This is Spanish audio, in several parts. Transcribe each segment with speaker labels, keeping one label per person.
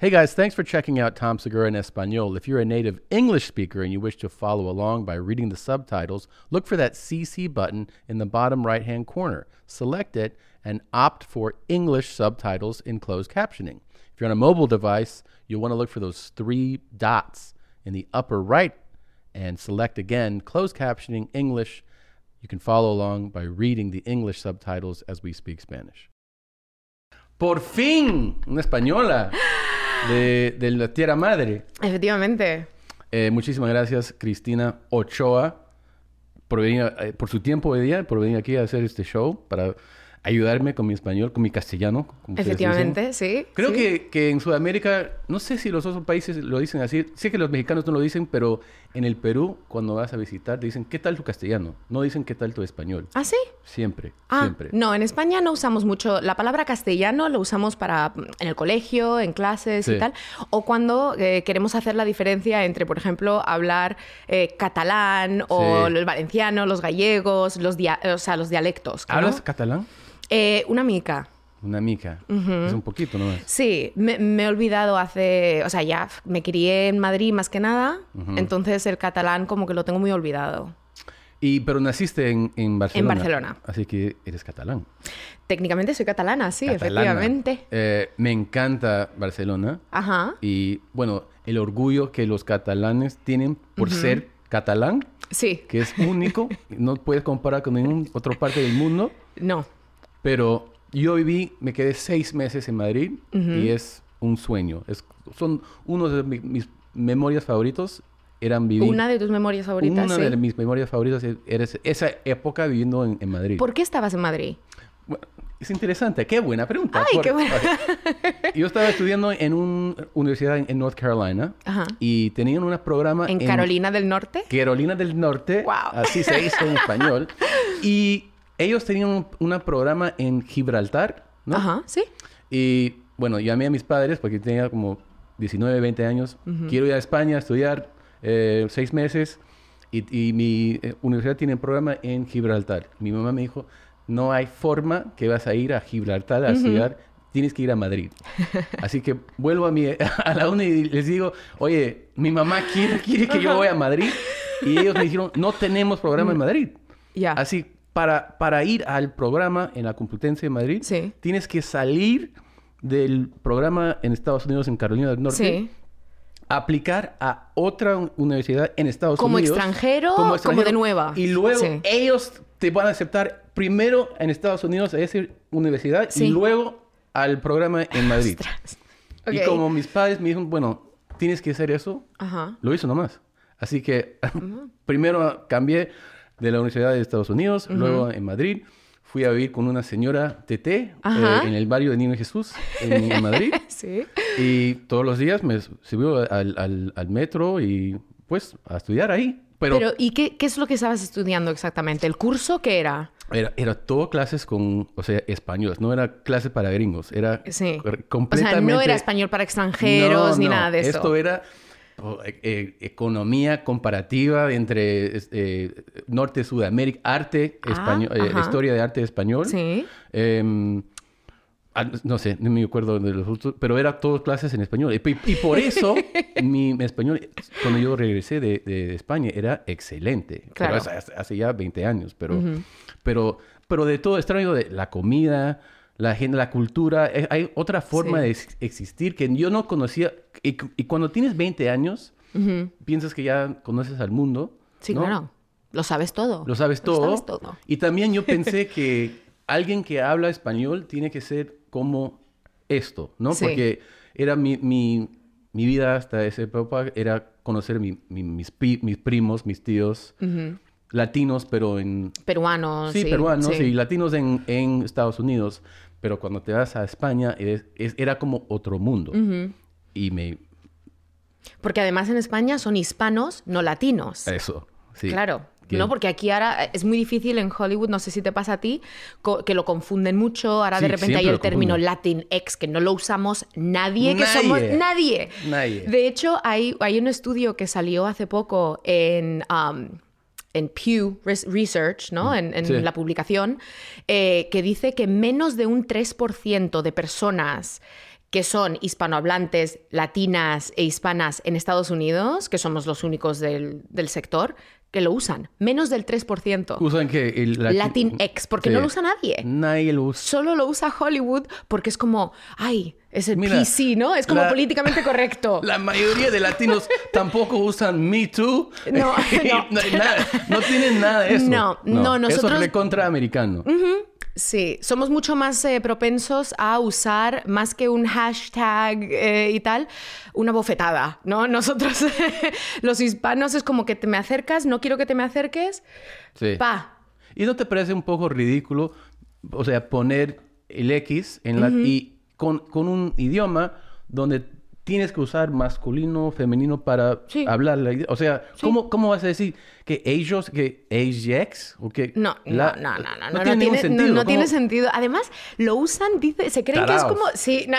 Speaker 1: Hey guys, thanks for checking out Tom Segura en Español. If you're a native English speaker and you wish to follow along by reading the subtitles, look for that CC button in the bottom right hand corner. Select it and opt for English subtitles in closed captioning. If you're on a mobile device, you'll want to look for those three dots in the upper right and select again closed captioning English. You can follow along by reading the English subtitles as we speak Spanish. Por fin, una española de, de la tierra madre.
Speaker 2: Efectivamente.
Speaker 1: Eh, muchísimas gracias, Cristina Ochoa, por, venir, eh, por su tiempo hoy día, por venir aquí a hacer este show, para ayudarme con mi español, con mi castellano. como ustedes dicen.
Speaker 2: Efectivamente, sí.
Speaker 1: Creo
Speaker 2: sí.
Speaker 1: que, que en Sudamérica, no sé si los otros países lo dicen así, sé que los mexicanos no lo dicen, pero en el Perú, cuando vas a visitar, te dicen, ¿qué tal tu castellano? No dicen, ¿qué tal tu español?
Speaker 2: ¿Ah, sí?
Speaker 1: Siempre,
Speaker 2: Ah,
Speaker 1: siempre.
Speaker 2: no, en España no usamos mucho. La palabra castellano lo usamos para mm, en el colegio, en clases
Speaker 1: Sí.
Speaker 2: y tal. O cuando eh, queremos hacer la diferencia entre, por ejemplo, hablar eh, catalán o
Speaker 1: Sí.
Speaker 2: el valenciano, los gallegos, los, dia- o sea, los dialectos. ¿no?
Speaker 1: ¿Hablas catalán?
Speaker 2: Eh, una mica.
Speaker 1: Una mica. Es un poquito nomás.
Speaker 2: Sí, me, me he olvidado hace, o sea, ya f- me crié en Madrid más que nada, entonces el catalán como que lo tengo muy olvidado.
Speaker 1: Y, pero naciste en, en Barcelona.
Speaker 2: Barcelona.
Speaker 1: Así que eres catalán.
Speaker 2: Técnicamente soy catalana, sí,
Speaker 1: Catalana.
Speaker 2: efectivamente.
Speaker 1: Eh, me encanta Barcelona.
Speaker 2: Ajá.
Speaker 1: Y bueno, el orgullo que los catalanes tienen por ser catalán,
Speaker 2: Sí.
Speaker 1: que es único, no puedes comparar con ningún otra parte del mundo.
Speaker 2: No.
Speaker 1: Pero yo viví, me quedé seis meses en Madrid y es un sueño. Es, son uno de mi- mis memorias favoritos. Eran vivir.
Speaker 2: Una de tus memorias favoritas.
Speaker 1: una
Speaker 2: sí.
Speaker 1: de mis memorias favoritas e- era ese- esa época viviendo en, en Madrid.
Speaker 2: ¿Por qué estabas en Madrid?
Speaker 1: Bueno, es interesante. Qué buena pregunta.
Speaker 2: Ay, qué buena.
Speaker 1: Ok. Yo estaba estudiando en una universidad en, en North Carolina
Speaker 2: Ajá.
Speaker 1: y tenían un programa
Speaker 2: ¿En Carolina del Norte?
Speaker 1: Carolina del Norte.
Speaker 2: Wow.
Speaker 1: Así se dice en español. Y ellos tenían un una programa en Gibraltar, ¿no?
Speaker 2: Ajá, sí.
Speaker 1: Y bueno, llamé a mis padres porque tenía como 19, 20 años. Quiero ir a España a estudiar eh, seis meses y, y mi eh, universidad tiene un programa en Gibraltar. Mi mamá me dijo, no hay forma que vas a ir a Gibraltar a estudiar, tienes que ir a Madrid. Así que vuelvo a, mi, a la uni y les digo, oye, mi mamá quiere, quiere que yo vaya a Madrid. Y ellos me dijeron, no tenemos programa en Madrid.
Speaker 2: Ya.
Speaker 1: Así, para, para ir al programa en la Complutense de Madrid,
Speaker 2: Sí.
Speaker 1: tienes que salir del programa en Estados Unidos, en Carolina del Norte,
Speaker 2: Sí.
Speaker 1: aplicar a otra un- universidad en Estados
Speaker 2: Como
Speaker 1: Unidos.
Speaker 2: extranjero, como de nueva.
Speaker 1: Y luego
Speaker 2: Sí.
Speaker 1: ellos te van a aceptar primero en Estados Unidos a esa universidad y
Speaker 2: Sí.
Speaker 1: luego al programa en Madrid. Y
Speaker 2: Ok.
Speaker 1: como mis padres me dijeron, bueno, tienes que hacer eso,
Speaker 2: Ajá.
Speaker 1: lo hizo nomás. Así que primero cambié de la Universidad de Estados Unidos, luego en Madrid. Fui a vivir con una señora TT eh,
Speaker 2: Ajá.
Speaker 1: en el barrio de Niño Jesús, en, en Madrid.
Speaker 2: Sí.
Speaker 1: Y todos los días me subió al, al- al metro y pues a estudiar ahí. Pero,
Speaker 2: Pero, ¿y qué, qué es lo que estabas estudiando exactamente? ¿El curso qué era?
Speaker 1: era, era todo clases con, o sea, españoles, no era clases para gringos, era
Speaker 2: Sí.
Speaker 1: cor-
Speaker 2: O sea,
Speaker 1: completamente...
Speaker 2: no era español para extranjeros
Speaker 1: No,
Speaker 2: ni
Speaker 1: no.
Speaker 2: nada de eso.
Speaker 1: Esto era oh, eh, eh, economía comparativa entre es- eh, Norte, Sudamérica, arte
Speaker 2: Ah,
Speaker 1: español, eh,
Speaker 2: ajá.
Speaker 1: historia de arte español.
Speaker 2: Sí.
Speaker 1: Em, ah, no sé, no me acuerdo de los otros, pero era todas clases en español. Y, y por eso mi, mi español, cuando yo regresé de, de España, era excelente. Pero
Speaker 2: Claro.
Speaker 1: hace- hace, hace ya 20 años, pero, pero, pero de todo extraño, de la comida, la gente, la cultura, eh, hay otra forma
Speaker 2: Sí.
Speaker 1: de ex- existir que yo no conocía. Y, cu- y cuando tienes 20 años, piensas que ya conoces al mundo.
Speaker 2: Sí,
Speaker 1: ¿no?
Speaker 2: claro. Lo sabes todo.
Speaker 1: Lo sabes todo.
Speaker 2: Lo sabes todo.
Speaker 1: Y también yo pensé que alguien que habla español tiene que ser como esto, ¿no?
Speaker 2: Sí.
Speaker 1: Porque era mi, mi, mi vida hasta esa época, era conocer mi- mi- mis, pi- mis primos, mis tíos, latinos, pero en...
Speaker 2: Peruanos.
Speaker 1: Sí, peruanos
Speaker 2: Ah, sí.
Speaker 1: y latinos en, en Estados Unidos. Pero cuando te vas a España, es- es- era como otro mundo. Y me...
Speaker 2: Porque además en España son hispanos, no latinos.
Speaker 1: Eso, Eh, sí.
Speaker 2: Claro.
Speaker 1: Que-
Speaker 2: No, porque aquí ahora eh, es muy difícil en Hollywood, no sé si te pasa a ti, co- que lo confunden mucho. Ahora de
Speaker 1: Sí,
Speaker 2: repente hay
Speaker 1: siempre
Speaker 2: el
Speaker 1: lo
Speaker 2: término
Speaker 1: confunden.
Speaker 2: Latinx, que no lo usamos nadie, que
Speaker 1: Nadie.
Speaker 2: somos nadie.
Speaker 1: Nadie.
Speaker 2: De hecho, hay, hay un estudio que salió hace poco en, um, en Pew Res- Research, ¿no? En, en
Speaker 1: Mm. Sí.
Speaker 2: la publicación, eh, que dice que menos de un 3% de personas que son hispanohablantes, latinas e hispanas en Estados Unidos, que somos los únicos del, del sector, que lo usan. Menos del 3%.
Speaker 1: Usan que el lati-
Speaker 2: Latinx, porque
Speaker 1: Sí.
Speaker 2: no lo usa nadie.
Speaker 1: Nadie lo usa.
Speaker 2: Solo lo usa Hollywood porque es como, ay, es el
Speaker 1: Mira,
Speaker 2: PC, ¿no? Es como
Speaker 1: la-
Speaker 2: políticamente correcto.
Speaker 1: La mayoría de latinos tampoco usan Me Too.
Speaker 2: No,
Speaker 1: Y
Speaker 2: no.
Speaker 1: nada- no tienen nada de eso.
Speaker 2: No, no,
Speaker 1: Eso es
Speaker 2: nosotros-
Speaker 1: recontraamericano.
Speaker 2: Sí, somos mucho más eh, propensos a usar, más que un hashtag eh, y tal, una bofetada, ¿no? Nosotros, los hispanos, es como que te me acercas, no quiero que te me acerques,
Speaker 1: Sí.
Speaker 2: pa.
Speaker 1: ¿Y no te parece un poco ridículo, o sea, poner el X en la, y con, con un idioma donde tienes que usar masculino, femenino para
Speaker 2: Sí.
Speaker 1: hablar? la ide- o sea, ¿cómo, ¿cómo vas a decir que ellos, que ellas o que...
Speaker 2: No,
Speaker 1: la-
Speaker 2: no, no, no, no,
Speaker 1: No
Speaker 2: no
Speaker 1: tiene ningún
Speaker 2: tiene- no-
Speaker 1: sentido.
Speaker 2: no
Speaker 1: ¿Cómo-
Speaker 2: tiene sentido. Además, lo usan, dice, se creen que
Speaker 1: Taraos.
Speaker 2: es como, sí, na-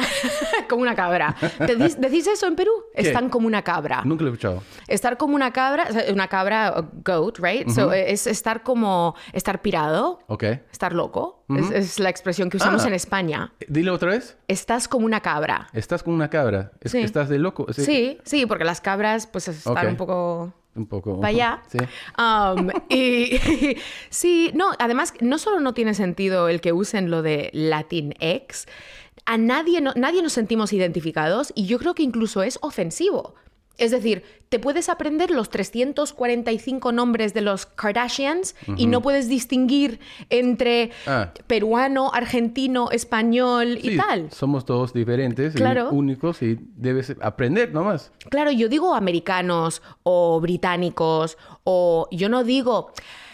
Speaker 2: como una cabra. ¿Te dis- ¿Decís eso en Perú?
Speaker 1: ¿Qué?
Speaker 2: Están como una cabra.
Speaker 1: Nunca lo he escuchado.
Speaker 2: Estar como una cabra, o sea, una cabra, a goat, right? So, es estar como, estar pirado,
Speaker 1: Ok.
Speaker 2: Estar loco es, es la expresión que usamos
Speaker 1: Ah.
Speaker 2: en España.
Speaker 1: Dile otra vez.
Speaker 2: Estás como una cabra.
Speaker 1: Estás con una cabra. Es
Speaker 2: Sí.
Speaker 1: que estás de loco.
Speaker 2: Sí,
Speaker 1: Sí.
Speaker 2: sí, porque las cabras pues están
Speaker 1: Ok.
Speaker 2: un poco
Speaker 1: Un poco.
Speaker 2: para allá.
Speaker 1: Sí.
Speaker 2: Um, y sí, no, además no solo no tiene sentido el que usen lo de Latinx, a nadie, no- nadie nos sentimos identificados y yo creo que incluso es ofensivo. Es decir, te puedes aprender los 345 nombres de los Kardashians y no puedes distinguir entre
Speaker 1: Ah.
Speaker 2: peruano, argentino, español y
Speaker 1: Sí,
Speaker 2: tal.
Speaker 1: Somos todos diferentes
Speaker 2: Claro.
Speaker 1: y únicos y debes aprender nomás.
Speaker 2: Claro, yo digo americanos o británicos o yo no digo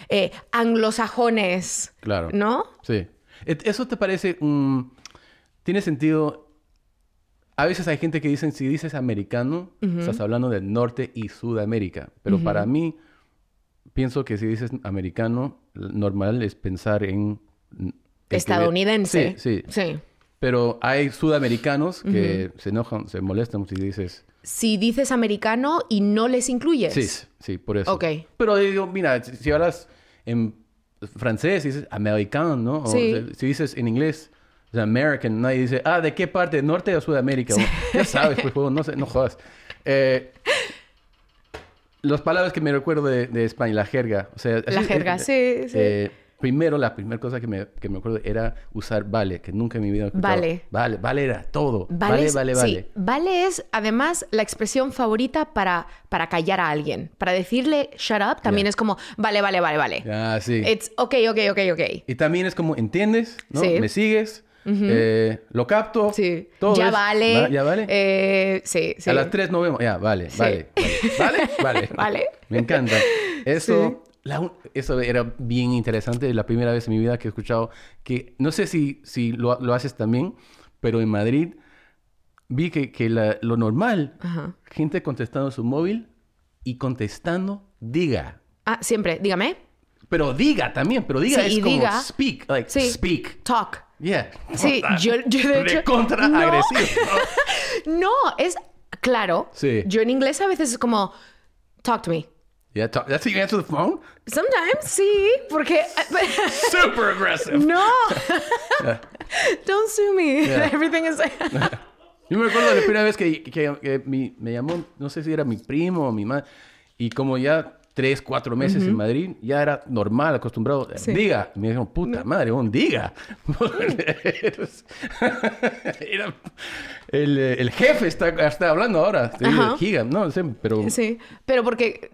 Speaker 2: eh, anglosajones.
Speaker 1: Claro.
Speaker 2: ¿No?
Speaker 1: Sí. Et- ¿Eso te parece un... Tiene sentido... A veces hay gente que dicen, si dices americano, estás hablando del norte y Sudamérica. Pero para mí, pienso que si dices americano, l- normal es pensar en... en que-
Speaker 2: Estadounidense.
Speaker 1: Sí, sí. Pero hay sudamericanos que se enojan, se molestan si dices...
Speaker 2: Si dices americano y no les incluyes.
Speaker 1: Sí, sí, por eso.
Speaker 2: Ok.
Speaker 1: Pero digo, mira, si si hablas en francés, dices americano, ¿no? O
Speaker 2: Sí.
Speaker 1: sea, si dices en inglés, es American, ¿no? Y dice, ah, ¿de qué parte? ¿Norte o Sudamérica? Bueno, Ya sabes, pues, juego, no, sé, no jodas. Eh, las palabras que me recuerdo de, de España, la jerga. O sea,
Speaker 2: La
Speaker 1: así-
Speaker 2: jerga,
Speaker 1: eh,
Speaker 2: sí, sí.
Speaker 1: eh, primero, la primera cosa que me, que me acuerdo era usar vale, que nunca en mi vida he escuchado.
Speaker 2: Vale.
Speaker 1: Vale, vale era todo.
Speaker 2: Vale,
Speaker 1: Vale,
Speaker 2: es-
Speaker 1: vale,
Speaker 2: sí,
Speaker 1: vale.
Speaker 2: vale es además la expresión favorita para, para callar a alguien. Para decirle shut up también
Speaker 1: Ya.
Speaker 2: es como vale, vale, vale, vale.
Speaker 1: Ah, sí.
Speaker 2: It's ok, ok, ok, ok.
Speaker 1: Y también es como, ¿entiendes? ¿No?
Speaker 2: Sí.
Speaker 1: ¿Me sigues? Eh, ¿Lo capto?
Speaker 2: Sí.
Speaker 1: Todo
Speaker 2: ya
Speaker 1: es-
Speaker 2: vale.
Speaker 1: ¿va? ¿Ya vale?
Speaker 2: Eh, sí, sí.
Speaker 1: A las tres nos vemos. Ya, vale, vale, vale. ¿Vale? Vale.
Speaker 2: Vale.
Speaker 1: Me encanta. Eso, la un- eso era bien interesante. La primera vez en mi vida que he escuchado que... No sé si, si lo, lo haces también, pero en Madrid vi que, que la- lo normal,
Speaker 2: Ajá.
Speaker 1: gente contestando su móvil y contestando diga.
Speaker 2: Ah, siempre, dígame.
Speaker 1: Pero diga también, pero diga
Speaker 2: Sí,
Speaker 1: es
Speaker 2: y
Speaker 1: como
Speaker 2: diga.
Speaker 1: speak, like
Speaker 2: Sí.
Speaker 1: speak.
Speaker 2: Talk.
Speaker 1: Yeah.
Speaker 2: Sí, yo- yo de hecho-
Speaker 1: Contra
Speaker 2: No.
Speaker 1: agresivo.
Speaker 2: No, es claro.
Speaker 1: Sí.
Speaker 2: Yo en inglés a veces es como talk to me.
Speaker 1: Yeah, talk, that's how you answer the phone?
Speaker 2: Sometimes sí, porque
Speaker 1: Super aggressive.
Speaker 2: no. Don't sue me.
Speaker 1: Yeah.
Speaker 2: Everything is
Speaker 1: Yo me acuerdo de la primera vez que, que- que mi- me llamó, no sé si era mi primo o mi madre, y como ya tres, cuatro meses en Madrid, ya era normal, acostumbrado. Diga. Y me dijeron, puta madre, un diga. Era- el, eh, el jefe está, está hablando ahora. Te digo,
Speaker 2: Ajá.
Speaker 1: Giga, no sé, pero...
Speaker 2: sí, pero porque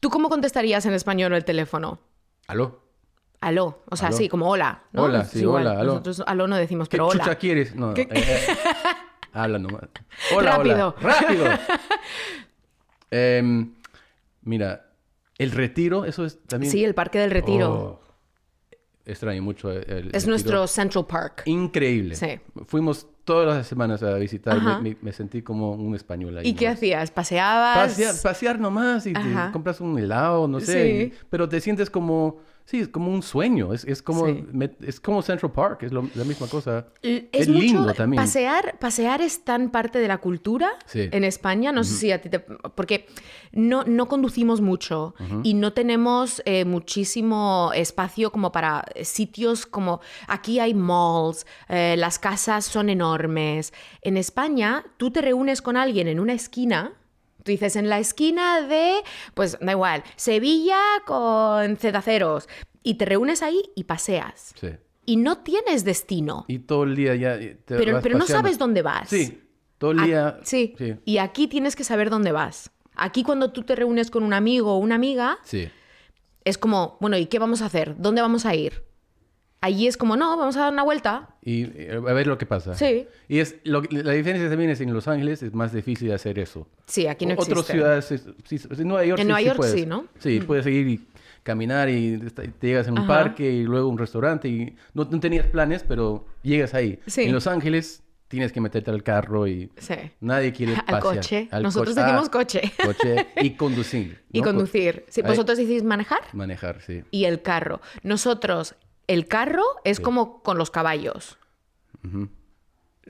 Speaker 2: tú cómo contestarías en español el teléfono?
Speaker 1: Aló.
Speaker 2: Aló, o sea,
Speaker 1: Aló.
Speaker 2: sí, como hola, ¿no?
Speaker 1: Hola,
Speaker 2: Es
Speaker 1: sí, hola, aló.
Speaker 2: Nosotros aló no decimos,
Speaker 1: ¿Qué
Speaker 2: pero hola.
Speaker 1: chucha quieres? No.
Speaker 2: ¿Qué-
Speaker 1: eh, eh, habla nomás. Hola,
Speaker 2: Rápido.
Speaker 1: hola. Rápido. Em, mira, el retiro, eso es también.
Speaker 2: Sí, el Parque del Retiro.
Speaker 1: Oh, extraño mucho el- el.
Speaker 2: es
Speaker 1: retiro.
Speaker 2: nuestro Central Park.
Speaker 1: Increíble.
Speaker 2: Sí.
Speaker 1: Fuimos todas las semanas a visitar.
Speaker 2: Ajá.
Speaker 1: Me, me- me sentí como un español ahí.
Speaker 2: ¿Y qué
Speaker 1: ¿no?
Speaker 2: hacías? ¿Paseabas?
Speaker 1: Pasear, pasear nomás y te
Speaker 2: Ajá.
Speaker 1: compras un helado, no sé.
Speaker 2: Sí.
Speaker 1: y- pero te sientes como. Sí, es como un sueño. Es, es como,
Speaker 2: Sí.
Speaker 1: me- es como Central Park. Es lo- la misma cosa.
Speaker 2: L-
Speaker 1: Es,
Speaker 2: es mucho-
Speaker 1: lindo también.
Speaker 2: Pasear, pasear es tan parte de la cultura
Speaker 1: Sí.
Speaker 2: en España. No sé si a ti te. Porque no, no conducimos mucho y no tenemos eh, muchísimo espacio como para sitios como. Aquí hay malls, eh, las casas son enormes. En España, tú te reúnes con alguien en una esquina. Tú dices, en la esquina de, pues da igual, Sevilla con cedaceros. Y te reúnes ahí y paseas.
Speaker 1: Sí.
Speaker 2: Y no tienes destino.
Speaker 1: Y todo el día ya. eh, te
Speaker 2: Pero,
Speaker 1: vas
Speaker 2: pero no
Speaker 1: paseando.
Speaker 2: sabes dónde vas.
Speaker 1: Sí, todo el
Speaker 2: Ac-
Speaker 1: día.
Speaker 2: sí.
Speaker 1: Sí.
Speaker 2: Y aquí tienes que saber dónde vas. Aquí cuando tú te reúnes con un amigo o una amiga,
Speaker 1: Sí.
Speaker 2: es como, bueno, ¿y qué vamos a hacer? ¿Dónde vamos a ir? Allí es como, no, vamos a dar una vuelta.
Speaker 1: Y eh, a ver lo que pasa.
Speaker 2: Sí.
Speaker 1: Y es lo que- la diferencia también es en Los Ángeles es más difícil de hacer eso.
Speaker 2: Sí, aquí no
Speaker 1: Otras
Speaker 2: existe.
Speaker 1: ciudades, es- sí, sí, en Nueva York,
Speaker 2: En
Speaker 1: sí,
Speaker 2: Nueva
Speaker 1: sí
Speaker 2: York
Speaker 1: puedes.
Speaker 2: sí, ¿no? Mm.
Speaker 1: Sí, puedes seguir y caminar y está- te llegas en un
Speaker 2: Ajá.
Speaker 1: parque y luego un restaurante y no, no tenías planes, pero llegas ahí.
Speaker 2: Sí.
Speaker 1: En Los Ángeles tienes que meterte al carro y
Speaker 2: Sí.
Speaker 1: nadie quiere
Speaker 2: Al
Speaker 1: pasear.
Speaker 2: coche. Nosotros
Speaker 1: Ah,
Speaker 2: decimos coche.
Speaker 1: coche y conducir.
Speaker 2: Y
Speaker 1: ¿no? Co-
Speaker 2: conducir. Sí,
Speaker 1: Ahí-
Speaker 2: vosotros decís manejar
Speaker 1: Manejar, sí.
Speaker 2: y el carro. Nosotros, el carro es como con los caballos.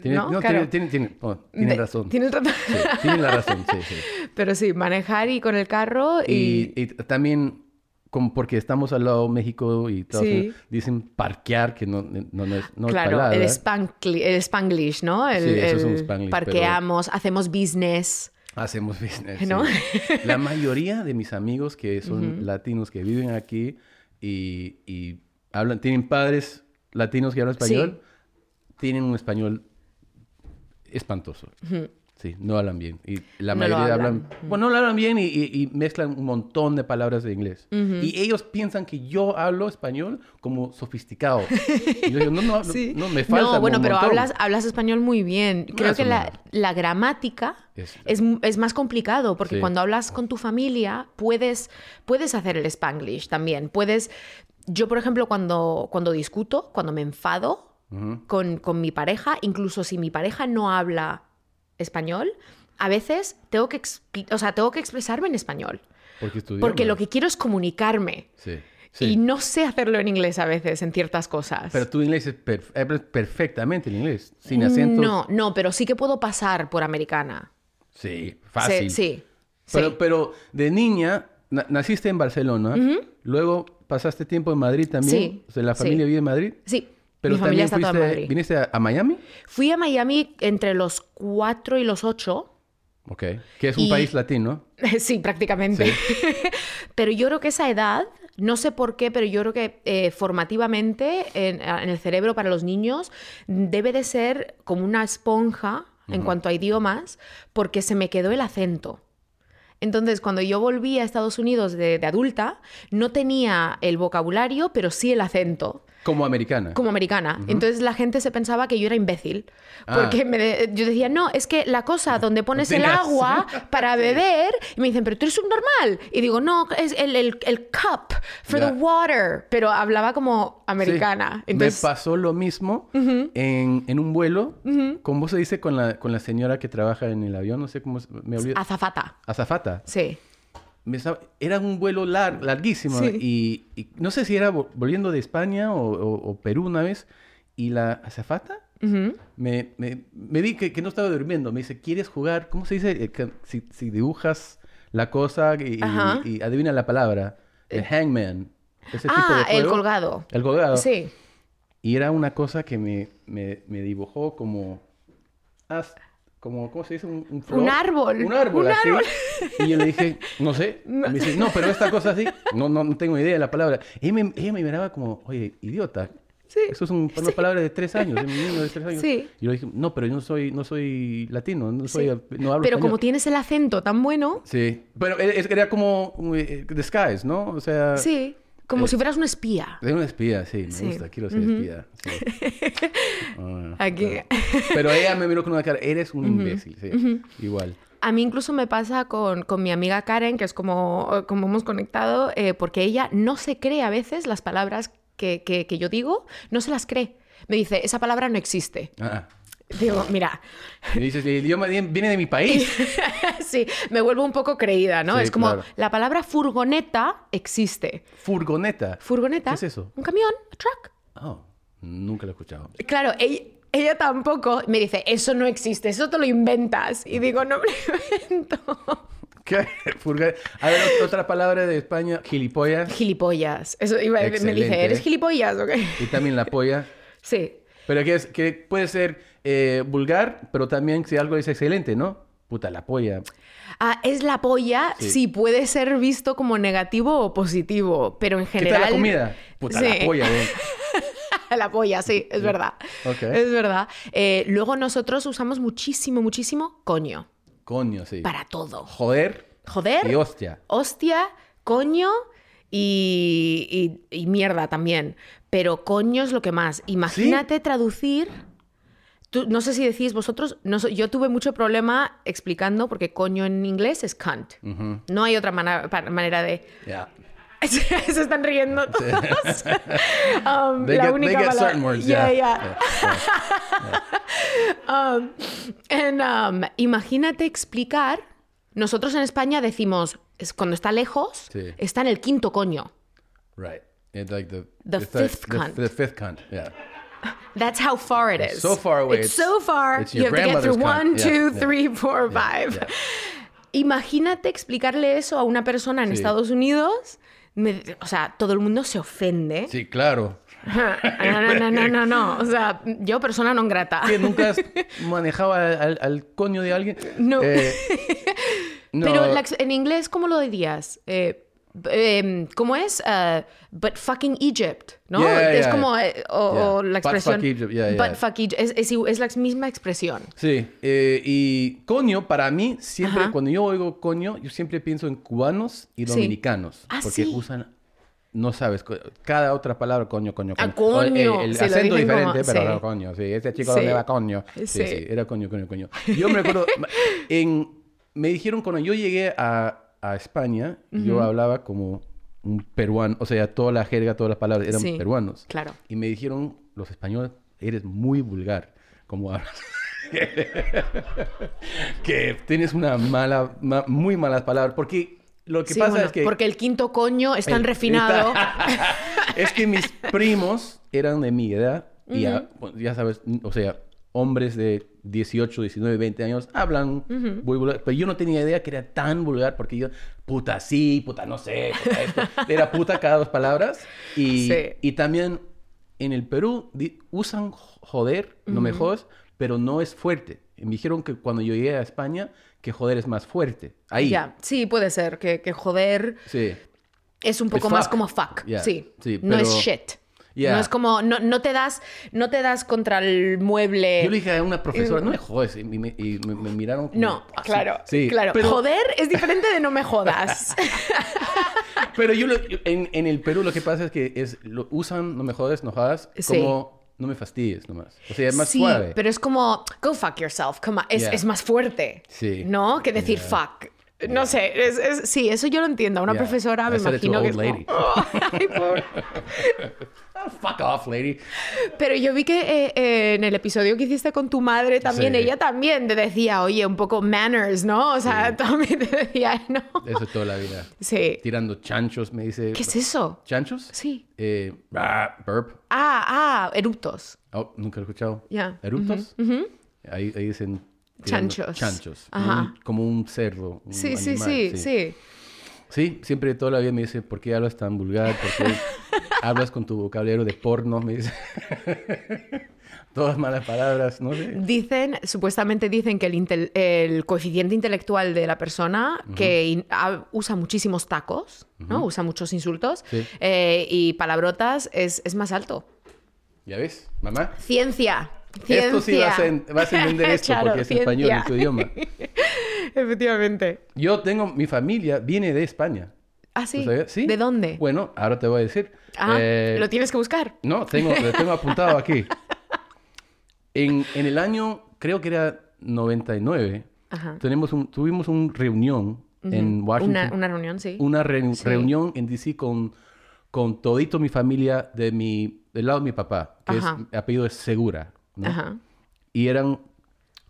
Speaker 1: Tiene-
Speaker 2: No,
Speaker 1: no,
Speaker 2: claro.
Speaker 1: tiene, tiene- tiene- oh, tiene
Speaker 2: De-
Speaker 1: razón.
Speaker 2: Tienes razón.
Speaker 1: Sí, tiene la razón, sí, sí.
Speaker 2: Pero sí, manejar y con el carro
Speaker 1: Y, y también, como porque estamos al lado de México y Estados
Speaker 2: Sí.
Speaker 1: Unidos, dicen parquear, que no, no, no es, no es
Speaker 2: claro,
Speaker 1: palabra.
Speaker 2: el, spankli- el spanglish, ¿no? El,
Speaker 1: Sí, eso es un
Speaker 2: el
Speaker 1: spanglish,
Speaker 2: parqueamos, hacemos business.
Speaker 1: Hacemos business. sí.
Speaker 2: ¿No?
Speaker 1: La mayoría de mis amigos que son latinos que viven aquí y, y hablan, tienen padres latinos que hablan
Speaker 2: Sí.
Speaker 1: español, tienen un español espantoso. Sí, no hablan bien. Y la
Speaker 2: No lo
Speaker 1: mayoría
Speaker 2: hablan.
Speaker 1: hablan. Bueno, no lo hablan bien y, y- y mezclan un montón de palabras de inglés. Y ellos piensan que yo hablo español como sofisticado. Y yo digo, no, no, hablo- no, me falta.
Speaker 2: No, bueno,
Speaker 1: un
Speaker 2: pero
Speaker 1: montón". Ah,
Speaker 2: hablas, hablas español muy bien. Creo
Speaker 1: Más
Speaker 2: que
Speaker 1: o
Speaker 2: la,
Speaker 1: menos.
Speaker 2: la gramática es,
Speaker 1: Es-
Speaker 2: es más complicado porque
Speaker 1: Sí.
Speaker 2: cuando hablas con tu familia puedes, puedes hacer el spanglish también. Puedes. Yo, por ejemplo, cuando, cuando discuto, cuando me enfado con, con mi pareja, incluso si mi pareja no habla español, a veces tengo que, expli- o sea, tengo que expresarme en español.
Speaker 1: Porque estudiamos.
Speaker 2: Porque lo que quiero es comunicarme.
Speaker 1: Sí. sí.
Speaker 2: Y no sé hacerlo en inglés a veces, en ciertas cosas.
Speaker 1: Pero tu inglés es perf- hablas perfectamente el inglés, sin acento.
Speaker 2: Mm, No, no, pero sí que puedo pasar por americana.
Speaker 1: Sí, fácil.
Speaker 2: Sí, sí. sí.
Speaker 1: Pero, pero de niña, na- naciste en Barcelona, luego pasaste tiempo en Madrid también.
Speaker 2: Sí,
Speaker 1: O sea, la
Speaker 2: sí.
Speaker 1: familia vive en Madrid.
Speaker 2: Sí,
Speaker 1: Pero
Speaker 2: mi
Speaker 1: también
Speaker 2: familia está toda en
Speaker 1: fuiste-
Speaker 2: Madrid.
Speaker 1: viniste a, a Miami.
Speaker 2: Fui a Miami entre los 4 y los 8.
Speaker 1: Ok. Que es un
Speaker 2: Y-
Speaker 1: país latino.
Speaker 2: Sí, prácticamente. pero yo creo que esa edad, no sé por qué, pero yo creo que eh, formativamente en, en el cerebro para los niños debe de ser como una esponja en cuanto a idiomas, porque se me quedó el acento. Entonces, cuando yo volví a Estados Unidos de, de adulta, no tenía el vocabulario, pero sí el acento.
Speaker 1: Como americana.
Speaker 2: como americana. Entonces la gente se pensaba que yo era imbécil.
Speaker 1: Ah.
Speaker 2: Porque me de- yo decía, no, es que la cosa donde pones el
Speaker 1: Tenías-
Speaker 2: agua para beber, y me dicen, pero tú eres un normal. Y digo, no, es el, el- el cup for the
Speaker 1: Ya.
Speaker 2: water. Pero hablaba como
Speaker 1: Sí.
Speaker 2: americana.
Speaker 1: Me
Speaker 2: Entonces,
Speaker 1: pasó lo mismo en, en un vuelo. ¿Cómo se dice con la, con la señora que trabaja en el avión? No sé cómo se- me olvido.
Speaker 2: azafata.
Speaker 1: Azafata.
Speaker 2: Sí.
Speaker 1: me estaba- era un vuelo lar- larguísimo
Speaker 2: Sí.
Speaker 1: y, y no sé si era vo- volviendo de España o, o- o Perú una vez y la azafata me, me- me vi que, que no estaba durmiendo, me dice, ¿quieres jugar? ¿Cómo se dice? Eh, que- Si, si dibujas la cosa y, y-
Speaker 2: Ajá. Eh,
Speaker 1: y adivina la palabra, el hangman. Ese Este tipo de
Speaker 2: Ah, el
Speaker 1: juego.
Speaker 2: colgado.
Speaker 1: El colgado.
Speaker 2: Sí.
Speaker 1: Y era una cosa que me, me- me dibujó como... as- como ¿Cómo se dice? Un, un, flor.
Speaker 2: Un árbol.
Speaker 1: Un árbol,
Speaker 2: Un
Speaker 1: así.
Speaker 2: árbol.
Speaker 1: Y yo le dije, no sé. Y me dice, no, pero esta cosa así, no, no, no tengo idea de la palabra. Y me- ella me miraba como, oye, idiota.
Speaker 2: Sí.
Speaker 1: Eso es un- una palabra de tres años, de un niño de tres años.
Speaker 2: Sí.
Speaker 1: Y yo le dije, no, pero yo no soy, no soy latino, no, soy,
Speaker 2: Sí.
Speaker 1: no hablo
Speaker 2: Pero como
Speaker 1: español".
Speaker 2: tienes el acento tan bueno,
Speaker 1: Sí, pero es- era como eh, disguise, ¿no? O sea...
Speaker 2: sí, como
Speaker 1: eh,
Speaker 2: si fueras un espía.
Speaker 1: Era un espía, sí, me
Speaker 2: Sí.
Speaker 1: gusta, quiero ser espía. sí. Ah,
Speaker 2: Aquí.
Speaker 1: Pero, pero ella me miró con una cara, eres un imbécil, sí, igual.
Speaker 2: A mí incluso me pasa con, con mi amiga Karen, que es como, como hemos conectado, eh, porque ella no se cree a veces las palabras que, que- que yo digo, no se las cree. Me dice, esa palabra no existe.
Speaker 1: Ah,
Speaker 2: Digo, mira,
Speaker 1: y dices, el idioma vien- viene de mi país.
Speaker 2: sí, me vuelvo un poco creída, ¿no?
Speaker 1: Sí,
Speaker 2: es como,
Speaker 1: claro.
Speaker 2: la palabra furgoneta existe.
Speaker 1: Furgoneta.
Speaker 2: ¿Furgoneta?
Speaker 1: ¿Qué es eso?
Speaker 2: Un camión, a truck.
Speaker 1: Oh, nunca lo he escuchado.
Speaker 2: Claro, ella, ella tampoco me dice, eso no existe, eso te lo inventas. Y digo, no me lo invento.
Speaker 1: ¿Qué? Furga- A ver, ot- otra palabra de España, gilipollas.
Speaker 2: Gilipollas. Eso iba- me dice,
Speaker 1: Excelente.
Speaker 2: ¿eres gilipollas o qué?
Speaker 1: Y también la polla.
Speaker 2: Sí.
Speaker 1: Pero que, es, que puede ser eh, vulgar, pero también si algo es excelente, ¿no? Puta, la polla.
Speaker 2: Ah, es la polla
Speaker 1: Sí.
Speaker 2: si puede ser visto como negativo o positivo, pero en
Speaker 1: ¿Qué tal
Speaker 2: general...
Speaker 1: la comida? Puta,
Speaker 2: Sí.
Speaker 1: la polla, güey.
Speaker 2: La polla, sí, es verdad.
Speaker 1: Ok.
Speaker 2: Es verdad. Eh, luego nosotros usamos muchísimo, muchísimo coño.
Speaker 1: Coño, sí.
Speaker 2: Para todo.
Speaker 1: Joder
Speaker 2: Joder,
Speaker 1: y hostia.
Speaker 2: hostia, coño y, y- y mierda también. Pero coño es lo que más. Imagínate traducir. tú- no sé si decís vosotros, no sé, yo tuve mucho problema explicando porque coño en inglés es cunt.
Speaker 1: Mm.
Speaker 2: No hay otra mana- pa- manera de.
Speaker 1: Mm-hmm. Yeah.
Speaker 2: Se están riendo todos. Um,
Speaker 1: They
Speaker 2: la
Speaker 1: get,
Speaker 2: única
Speaker 1: they get
Speaker 2: palabra-
Speaker 1: certain words,
Speaker 2: Yeah,
Speaker 1: yeah.
Speaker 2: yeah.
Speaker 1: Yeah.
Speaker 2: Um, and, um, imagínate explicar. Nosotros en España decimos, es cuando está lejos,
Speaker 1: Sí.
Speaker 2: está en el quinto coño.
Speaker 1: Right. It's like the,
Speaker 2: The
Speaker 1: it's like
Speaker 2: fifth
Speaker 1: the-
Speaker 2: cunt.
Speaker 1: The, fifth cunt, yeah.
Speaker 2: That's how far it is.
Speaker 1: so far away.
Speaker 2: It's
Speaker 1: It's-
Speaker 2: so far.
Speaker 1: it's
Speaker 2: you
Speaker 1: your
Speaker 2: have to get through
Speaker 1: grandmother's cunt.
Speaker 2: one,
Speaker 1: Yeah,
Speaker 2: two,
Speaker 1: yeah.
Speaker 2: three, four, five.
Speaker 1: yeah.
Speaker 2: Imagínate explicarle eso a una persona en
Speaker 1: Sí.
Speaker 2: Estados Unidos. Me- o sea, todo el mundo se ofende. Ah,
Speaker 1: Sí, claro.
Speaker 2: No, no, no, no, no, no. O sea, yo persona no grata.
Speaker 1: ¿Que nunca has manejado al, al- al coño de alguien?
Speaker 2: No.
Speaker 1: Eh, no.
Speaker 2: Pero la ex- en inglés, ¿cómo lo dirías? Eh, b- em, ¿Cómo es? Uh, but fucking Egypt, ¿no?
Speaker 1: Yeah,
Speaker 2: es
Speaker 1: yeah.
Speaker 2: como, eh, o,
Speaker 1: Yeah.
Speaker 2: o la
Speaker 1: But fuck
Speaker 2: expresión.
Speaker 1: Egypt, yeah,
Speaker 2: But
Speaker 1: yeah.
Speaker 2: fuck Egypt. Es, es igu- es la ex- misma expresión.
Speaker 1: Sí, eh, y coño, para mí, siempre
Speaker 2: Ajá.
Speaker 1: cuando yo oigo coño, yo siempre pienso en cubanos y
Speaker 2: Sí.
Speaker 1: dominicanos.
Speaker 2: Ah,
Speaker 1: porque
Speaker 2: sí.
Speaker 1: usan, no sabes, co- cada otra palabra, coño, coño,
Speaker 2: Ah,
Speaker 1: coño. O, eh,
Speaker 2: coño,
Speaker 1: el
Speaker 2: se lo
Speaker 1: acento
Speaker 2: dicen
Speaker 1: diferente,
Speaker 2: como-
Speaker 1: pero
Speaker 2: sí.
Speaker 1: era coño, sí, ese chico
Speaker 2: Sí.
Speaker 1: lo lleva coño. Sí,
Speaker 2: Sí.
Speaker 1: sí, era coño, coño, coño. Yo me recuerdo, ma- en, me dijeron cuando yo llegué a, a España, yo hablaba como un peruano, o sea, toda la jerga, todas las palabras eran
Speaker 2: Sí.
Speaker 1: peruanos.
Speaker 2: Claro.
Speaker 1: Y me dijeron los españoles, eres muy vulgar, como hablas. que tienes una mala, ma- muy malas palabras, porque lo que
Speaker 2: Sí,
Speaker 1: pasa
Speaker 2: bueno,
Speaker 1: es que
Speaker 2: Porque el quinto coño es tan
Speaker 1: el-
Speaker 2: refinado.
Speaker 1: es que mis primos eran de mi edad y ya, bueno, ya sabes, n- o sea, hombres de 18, 19, 20 años hablan muy vulgar, pero yo no tenía idea que era tan vulgar porque yo, puta sí, puta no sé, puta esto. era puta cada dos palabras y,
Speaker 2: Sí.
Speaker 1: y también en el Perú di- usan joder, no me jodas, pero no es fuerte. Y Me dijeron que cuando yo llegué a España, que joder es más fuerte. Ahí.
Speaker 2: Ya, sí, puede ser. Que, que joder
Speaker 1: Sí.
Speaker 2: es un poco
Speaker 1: Es
Speaker 2: más
Speaker 1: Pues fuck.
Speaker 2: como fuck.
Speaker 1: Yeah,
Speaker 2: Sí.
Speaker 1: sí,
Speaker 2: No es
Speaker 1: pero-
Speaker 2: shit.
Speaker 1: Yeah.
Speaker 2: No es como, no, no te das, no te das contra el mueble.
Speaker 1: Yo le dije a una profesora, no me jodes, y me, y me- me miraron como
Speaker 2: eh, No,
Speaker 1: así.
Speaker 2: claro,
Speaker 1: "Ah, Sí,
Speaker 2: claro.
Speaker 1: Pero,
Speaker 2: Joder es diferente de no me jodas.
Speaker 1: pero yo, lo- yo- en, en el Perú lo que pasa es que es, lo usan, no me jodes, no jodas,
Speaker 2: Sí.
Speaker 1: como no me fastidies nomás. O sea, es más
Speaker 2: sí,
Speaker 1: suave.
Speaker 2: pero es como, go fuck yourself, come on. Es,
Speaker 1: Yeah.
Speaker 2: es más fuerte,
Speaker 1: Sí.
Speaker 2: ¿no? Que decir fuck. No sé, es, es- sí, eso yo lo entiendo. Una
Speaker 1: Yeah.
Speaker 2: profesora me
Speaker 1: I said it to
Speaker 2: imagino
Speaker 1: an
Speaker 2: que
Speaker 1: old
Speaker 2: es como, "Ay, pobre".
Speaker 1: Ah, fuck off, lady.
Speaker 2: Pero yo vi que eh, eh, en el episodio que hiciste con tu madre también,
Speaker 1: Sí.
Speaker 2: ella también te decía, oye, un poco manners, ¿no? O sea, también te decía, no.
Speaker 1: Eso es toda la vida.
Speaker 2: Sí.
Speaker 1: Tirando chanchos, me dice.
Speaker 2: ¿Qué es eso?
Speaker 1: ¿Chanchos?
Speaker 2: Sí.
Speaker 1: Eh, bah, burp.
Speaker 2: Ah, ah, eructos.
Speaker 1: Oh, nunca lo he escuchado.
Speaker 2: Ya.
Speaker 1: ¿Eructos? ahí, ahí dicen... tirando
Speaker 2: Chanchos.
Speaker 1: Chanchos.
Speaker 2: Ajá.
Speaker 1: Un- como un cerdo. un
Speaker 2: Sí, sí,
Speaker 1: animal,
Speaker 2: sí, sí.
Speaker 1: Sí, siempre toda la vida me dice, ¿por qué hablas tan vulgar? ¿Por qué hablas con tu vocabulario de porno? Me dice. Todas malas palabras, no sé.
Speaker 2: Dicen, supuestamente dicen que el, intel- el coeficiente intelectual de la persona que in- ha- usa muchísimos tacos, ¿no? Usa muchos insultos
Speaker 1: Sí.
Speaker 2: eh, y palabrotas es, es más alto.
Speaker 1: ¿Ya ves, mamá?
Speaker 2: Ciencia. Ciencia.
Speaker 1: Esto sí vas a, en- vas a entender esto
Speaker 2: Claro,
Speaker 1: porque es español,
Speaker 2: ciencia.
Speaker 1: es tu idioma.
Speaker 2: Efectivamente.
Speaker 1: Yo tengo, mi familia viene de España.
Speaker 2: Ah, sí.
Speaker 1: ¿Tú sabías?
Speaker 2: ¿De dónde?
Speaker 1: Bueno, ahora te voy a decir.
Speaker 2: ah,
Speaker 1: Eh,
Speaker 2: lo tienes que buscar.
Speaker 1: No, tengo, lo tengo apuntado aquí. En, en el año, creo que era 99,
Speaker 2: Ajá.
Speaker 1: tenemos un, tuvimos una reunión en Washington.
Speaker 2: Ah. Una, una reunión, sí.
Speaker 1: una reu-
Speaker 2: Sí.
Speaker 1: reunión en DC con, con todito mi familia de mi, del lado de mi papá, que es,
Speaker 2: Ajá.
Speaker 1: el apellido es Segura. ¿no?
Speaker 2: Ajá.
Speaker 1: Y eran,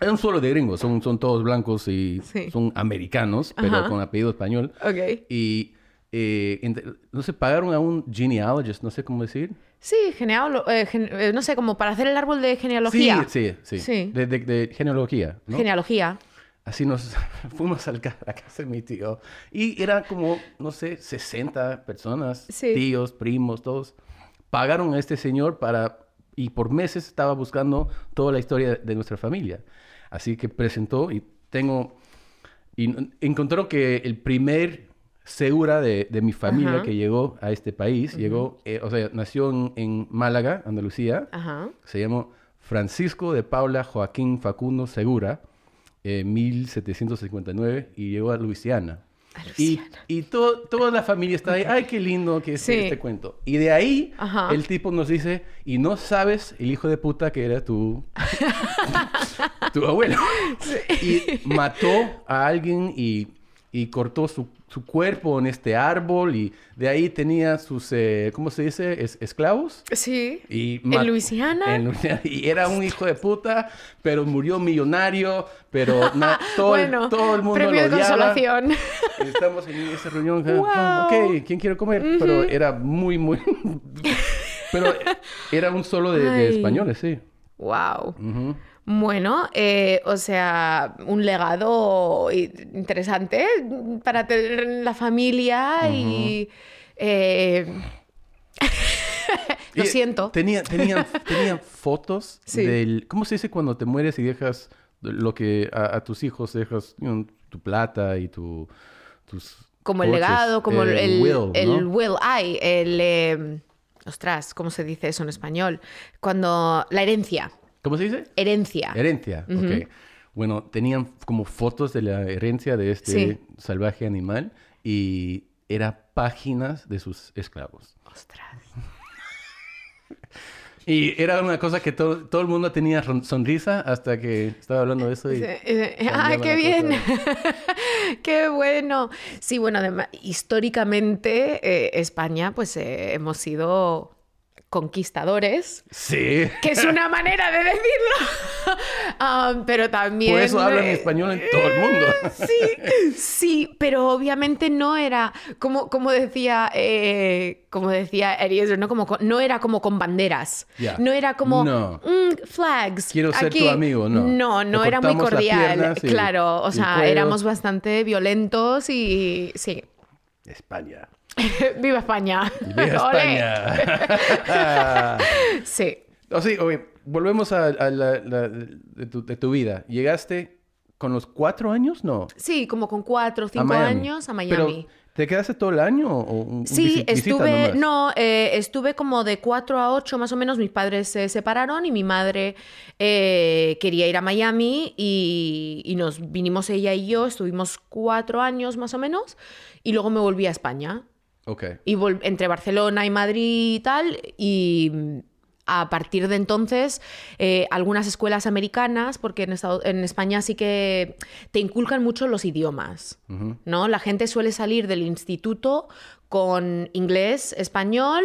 Speaker 1: eran solo de gringos, son, son todos blancos y
Speaker 2: Sí.
Speaker 1: son americanos, pero
Speaker 2: Ajá.
Speaker 1: con apellido español.
Speaker 2: Ok.
Speaker 1: Y eh, entre- no sé, pagaron a un genealogist, no sé cómo decir.
Speaker 2: Sí, genealo- eh, gen- eh, no sé, como para hacer el árbol de genealogía.
Speaker 1: Sí, sí, sí.
Speaker 2: Sí.
Speaker 1: De, de- de genealogía, ¿no?
Speaker 2: Genealogía.
Speaker 1: Así nos fuimos al ca- a la casa de mi tío. Y eran como, no sé, 60 personas,
Speaker 2: Sí.
Speaker 1: tíos, primos, todos. Pagaron a este señor para y por meses estaba buscando toda la historia de nuestra familia. Así que presentó y tengo... Y encontró que el primer segura de, de mi familia
Speaker 2: Ajá.
Speaker 1: que llegó a este país, llegó, eh, o sea, nació en, en Málaga, Andalucía,
Speaker 2: Ajá.
Speaker 1: se llamó Francisco de Paula Joaquín Facundo Segura, eh, 1759, y llegó a Luisiana.
Speaker 2: A
Speaker 1: Y,
Speaker 2: Luisiana.
Speaker 1: y to- toda la familia está ahí, ay, qué lindo que es
Speaker 2: Sí.
Speaker 1: este cuento. Y de ahí
Speaker 2: Ajá.
Speaker 1: el tipo nos dice, y no sabes el hijo de puta que era tu, tu abuelo. Y mató a alguien y, y cortó su, su cuerpo en este árbol y de ahí tenía sus, eh, ¿cómo se dice? Es- esclavos.
Speaker 2: Sí.
Speaker 1: Y
Speaker 2: ¿En
Speaker 1: ma-
Speaker 2: Luisiana?
Speaker 1: en Luisiana. Y era un hijo de puta, pero murió millonario, pero na- todo, el-
Speaker 2: bueno,
Speaker 1: todo el mundo lo
Speaker 2: premio de
Speaker 1: odiaba.
Speaker 2: consolación.
Speaker 1: Estamos en esa reunión. ah,
Speaker 2: Wow.
Speaker 1: ah, Ok, ¿quién quiere comer? Pero era muy, muy... pero era un solo de, de
Speaker 2: Ay.
Speaker 1: españoles, sí.
Speaker 2: wow.
Speaker 1: Ujú.
Speaker 2: Bueno, eh, o sea, un legado i- interesante para tener en la familia y... eh, lo
Speaker 1: Y, eh,
Speaker 2: siento.
Speaker 1: Tenía, tenían, tenían fotos
Speaker 2: Sí.
Speaker 1: del... ¿Cómo se dice cuando te mueres y dejas lo que a, a tus hijos dejas you know, tu plata y tu... Tus
Speaker 2: Como el
Speaker 1: coches?
Speaker 2: legado, como el,
Speaker 1: Eh, will,
Speaker 2: el
Speaker 1: ¿no?
Speaker 2: will I, el... eh, ostras, ¿cómo se dice eso en español? Cuando... La herencia.
Speaker 1: ¿Cómo se dice?
Speaker 2: Herencia.
Speaker 1: Herencia, ok. Bueno, tenían como fotos de la herencia de este
Speaker 2: Sí.
Speaker 1: salvaje animal y era páginas de sus esclavos.
Speaker 2: Ostras.
Speaker 1: Y era una cosa que to- todo el mundo tenía ron- sonrisa hasta que estaba hablando de eso y...
Speaker 2: Eh, eh,
Speaker 1: cambiaba
Speaker 2: ah,
Speaker 1: la
Speaker 2: qué bien. qué bueno. Sí, bueno, además, históricamente eh, España, pues eh, hemos sido conquistadores,
Speaker 1: Sí.
Speaker 2: que es una manera de decirlo. Ah, pero también.
Speaker 1: Por eso hablan
Speaker 2: eh,
Speaker 1: español en todo el mundo.
Speaker 2: Sí, sí, pero obviamente no era como, como decía, eh, como decía Arias, no como con- no era como con banderas,
Speaker 1: Ya.
Speaker 2: no era como
Speaker 1: No.
Speaker 2: "Mm, flags.
Speaker 1: Quiero ser tu amigo", no.
Speaker 2: no,
Speaker 1: Le
Speaker 2: no era muy
Speaker 1: cortamos las
Speaker 2: cordial,
Speaker 1: piernas y-
Speaker 2: claro,
Speaker 1: y
Speaker 2: o
Speaker 1: el
Speaker 2: sea,
Speaker 1: cuello.
Speaker 2: éramos bastante violentos y sí.
Speaker 1: España.
Speaker 2: Viva España.
Speaker 1: Viva
Speaker 2: Ole.
Speaker 1: España.
Speaker 2: Sí.
Speaker 1: O sí, oye, volvemos a, a la, la- de, tu, de tu vida. ¿Llegaste con los cuatro años? No.
Speaker 2: Sí, como con cuatro o
Speaker 1: A
Speaker 2: cinco
Speaker 1: Miami.
Speaker 2: años a Miami.
Speaker 1: Pero, ¿Te quedaste todo el año o un- un
Speaker 2: Sí,
Speaker 1: visi- visita
Speaker 2: estuve,
Speaker 1: nomás?
Speaker 2: no, eh, estuve como de 4 a 8 más o menos, mis padres se separaron y mi madre eh, quería ir a Miami y, y nos vinimos ella y yo, estuvimos 4 años más o menos y luego me volví a España
Speaker 1: Ok.
Speaker 2: y vol- entre Barcelona y Madrid y tal y mm, a partir de entonces eh, algunas escuelas americanas porque en, Estado- en España sí que te inculcan mucho los idiomas
Speaker 1: Ujú.
Speaker 2: ¿no? La gente suele salir del instituto con inglés, español,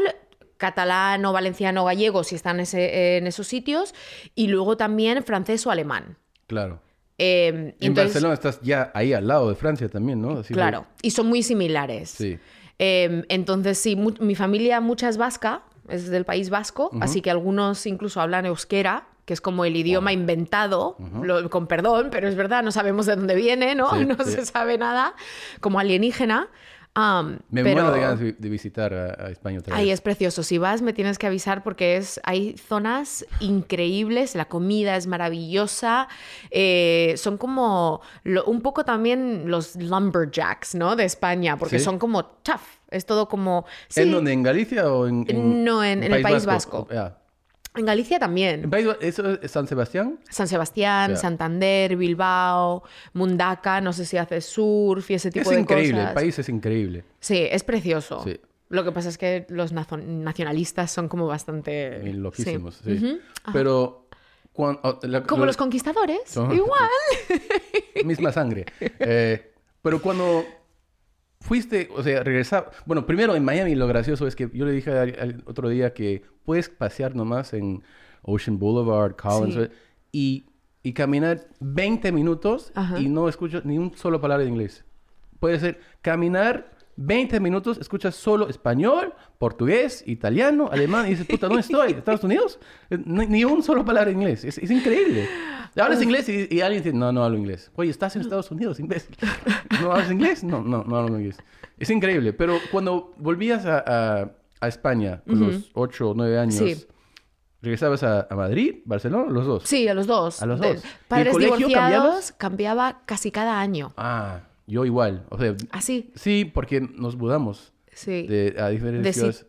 Speaker 2: catalán o valenciano o gallego si están ese- en esos sitios, y luego también francés o alemán.
Speaker 1: Claro.
Speaker 2: Eh,
Speaker 1: En Barcelona estás ya ahí al lado de Francia también, ¿no? Así que-
Speaker 2: Claro, y son muy similares.
Speaker 1: Sí.
Speaker 2: Eh, entonces, sí, mu- mi familia mucha es vasca, es del País Vasco, así que algunos incluso hablan euskera, que es como el idioma inventado, lo- con perdón, pero es verdad, no sabemos de dónde viene, ¿no?
Speaker 1: Sí,
Speaker 2: no
Speaker 1: sí.
Speaker 2: se sabe nada, como alienígena. Am,
Speaker 1: Me
Speaker 2: pero...
Speaker 1: muero de ganas de, de visitar a, a España otra vez.
Speaker 2: Ahí es precioso. Si vas, me tienes que avisar porque es, hay zonas increíbles, la comida es maravillosa. eh, son como lo- un poco también los lumberjacks, ¿no? De España, porque
Speaker 1: Sí.
Speaker 2: son como tough. Es todo como. Sí,
Speaker 1: ¿En dónde? ¿En Galicia o en...?
Speaker 2: No, en- en el País Vasco.
Speaker 1: Ya.
Speaker 2: en Galicia
Speaker 1: ¿En
Speaker 2: también.
Speaker 1: País Ba- ¿Eso es San Sebastián?
Speaker 2: San Sebastián,
Speaker 1: Ya.
Speaker 2: Santander, Bilbao, Mundaca, no sé si hace surf y ese tipo
Speaker 1: Es
Speaker 2: de
Speaker 1: increíble.
Speaker 2: cosas.
Speaker 1: El país es increíble.
Speaker 2: Sí, es precioso.
Speaker 1: Sí.
Speaker 2: Lo que pasa es que los nazo- nacionalistas son como bastante.
Speaker 1: Y
Speaker 2: sí.
Speaker 1: Loquísimos, sí.
Speaker 2: Ujú.
Speaker 1: Pero... cuan- o- la-
Speaker 2: Como
Speaker 1: lo-
Speaker 2: los conquistadores.
Speaker 1: Son-
Speaker 2: Igual.
Speaker 1: misma sangre. Eh, pero cuando fuiste, o sea, regresaba. Bueno, primero en Miami lo gracioso es que yo le dije al, al otro día que puedes pasear nomás en Ocean Boulevard, Collins,
Speaker 2: Sí.
Speaker 1: y, y caminar 20 minutos
Speaker 2: Ajá.
Speaker 1: y no escuchas ni un solo palabra de inglés. Puede ser caminar 20 minutos, escuchas solo español, portugués, italiano, alemán, y dices, puta, ¿dónde estoy? ¿Estados Unidos? Eh, Ni, ni un solo palabra de inglés. Es, es increíble. Hablas inglés y, y alguien dice, no, no hablo inglés. Oye, estás en
Speaker 2: Mm.
Speaker 1: Estados Unidos, imbécil. ¿No hablas inglés? No, no, no hablo inglés. Es increíble. Pero cuando volvías a, a- a España, con los 8 o 9 años,
Speaker 2: Sí.
Speaker 1: ¿Regresabas a, a Madrid, Barcelona, los dos?
Speaker 2: Sí, a los dos.
Speaker 1: A los
Speaker 2: De-
Speaker 1: dos. ¿Y el
Speaker 2: Padres
Speaker 1: colegio
Speaker 2: divorciados
Speaker 1: cambiabas?
Speaker 2: cambiaba casi cada año.
Speaker 1: Ah, yo igual. O sea,
Speaker 2: Así.
Speaker 1: sí, porque nos mudamos
Speaker 2: Sí.
Speaker 1: de, a diferentes
Speaker 2: De sí.
Speaker 1: ciudades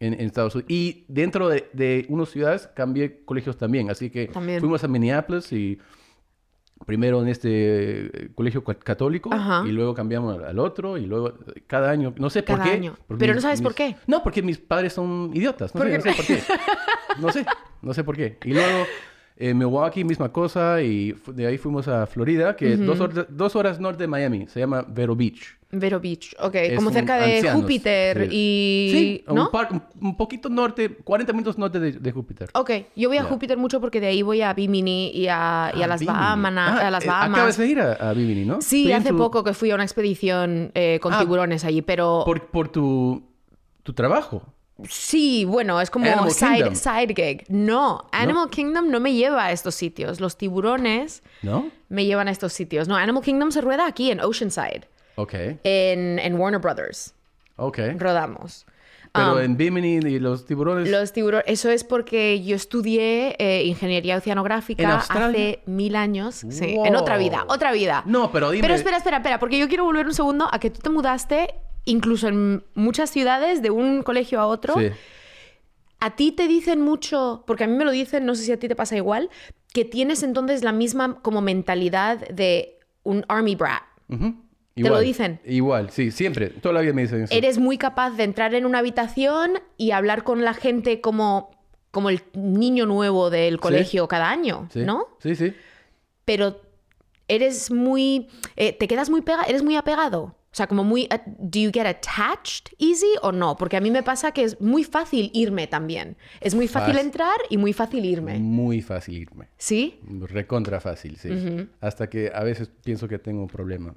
Speaker 1: en, en Estados Unidos. Y dentro de, de unas ciudades cambié colegios también. Así que
Speaker 2: También.
Speaker 1: fuimos a Minneapolis y primero en este eh, colegio ca- católico
Speaker 2: Ajá.
Speaker 1: y luego cambiamos al- al otro y luego eh, cada año, no sé por
Speaker 2: Cada
Speaker 1: qué.
Speaker 2: año.
Speaker 1: porque
Speaker 2: Pero no sabes por qué.
Speaker 1: No, porque mis padres son idiotas. No, sé, no sé por qué. No sé, no sé por qué. Y luego... eh, Milwaukee, misma cosa, y fu- de ahí fuimos a Florida, que es dos, horas, dos horas norte de Miami, se llama Vero Beach.
Speaker 2: Vero Beach. Ok.
Speaker 1: Es
Speaker 2: Como
Speaker 1: un
Speaker 2: cerca de
Speaker 1: ancianos,
Speaker 2: Júpiter
Speaker 1: sí.
Speaker 2: y.
Speaker 1: Sí, a un,
Speaker 2: ¿No?
Speaker 1: par- un, un poquito norte, 40 minutos norte de, de Júpiter.
Speaker 2: Ok, yo voy a
Speaker 1: Ya.
Speaker 2: Júpiter mucho porque de ahí voy a Bimini y a, y a
Speaker 1: Ah,
Speaker 2: las,
Speaker 1: Bimini.
Speaker 2: Bahamas,
Speaker 1: Ah,
Speaker 2: a las
Speaker 1: eh,
Speaker 2: Bahamas.
Speaker 1: Acabas de ir a, a Bimini, ¿no?
Speaker 2: Sí,
Speaker 1: Estoy en
Speaker 2: hace
Speaker 1: tu-
Speaker 2: poco que fui a una expedición eh, con
Speaker 1: Ah,
Speaker 2: tiburones allí, pero
Speaker 1: Por, por tu, tu trabajo.
Speaker 2: sí, bueno, es como
Speaker 1: Animal
Speaker 2: side,
Speaker 1: Kingdom.
Speaker 2: side gig. No, Animal Kingdom no me lleva a estos sitios. Los tiburones
Speaker 1: ¿No?
Speaker 2: me llevan a estos sitios. No, Animal Kingdom se rueda aquí en Oceanside,
Speaker 1: Ok,
Speaker 2: en, en Warner Brothers.
Speaker 1: ok.
Speaker 2: Rodamos.
Speaker 1: Pero
Speaker 2: Um,
Speaker 1: en Bimini y los tiburones...
Speaker 2: Los tiburones, eso es porque yo estudié eh, ingeniería
Speaker 1: ¿En
Speaker 2: oceanográfica
Speaker 1: Australia?
Speaker 2: hace mil años. Sí, en otra
Speaker 1: Wow.
Speaker 2: vida, otra vida.
Speaker 1: No, pero dime-
Speaker 2: Pero espera, espera, espera, porque yo quiero volver un segundo a que tú te mudaste, incluso en muchas ciudades, de un colegio a otro.
Speaker 1: Sí.
Speaker 2: A ti te dicen mucho, porque a mí me lo dicen, no sé si a ti te pasa igual, que tienes entonces la misma como mentalidad de un army brat.
Speaker 1: Ujú.
Speaker 2: lo
Speaker 1: Igual,
Speaker 2: dicen?
Speaker 1: Igual, sí, siempre. Toda la vida me dicen eso.
Speaker 2: Eres muy capaz de entrar en una habitación y hablar con la gente como, como el niño nuevo del colegio cada año,
Speaker 1: Sí.
Speaker 2: ¿no?
Speaker 1: Sí, sí.
Speaker 2: Pero eres muy. eh, te quedas muy pega, eres muy apegado. O sea, como muy. a- ¿Do you get attached easy o no? Porque a mí me pasa que es muy fácil irme también. Es muy fácil
Speaker 1: Fácil.
Speaker 2: entrar y muy fácil irme.
Speaker 1: Muy fácil irme.
Speaker 2: ¿Sí?
Speaker 1: Recontra fácil, sí. Hasta que a veces pienso que tengo un problema.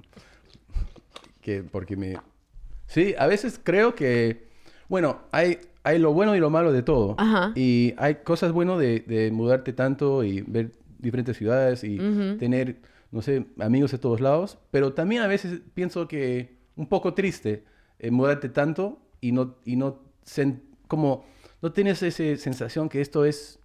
Speaker 1: Que porque me... Sí, a veces creo que... Bueno, hay, hay lo bueno y lo malo de todo.
Speaker 2: Ajá.
Speaker 1: Y hay cosas buenas de, de mudarte tanto y ver diferentes ciudades y tener, no sé, amigos de todos lados. Pero también a veces pienso que un poco triste eh, mudarte tanto y no, y no sen- como no tienes esa sensación que esto es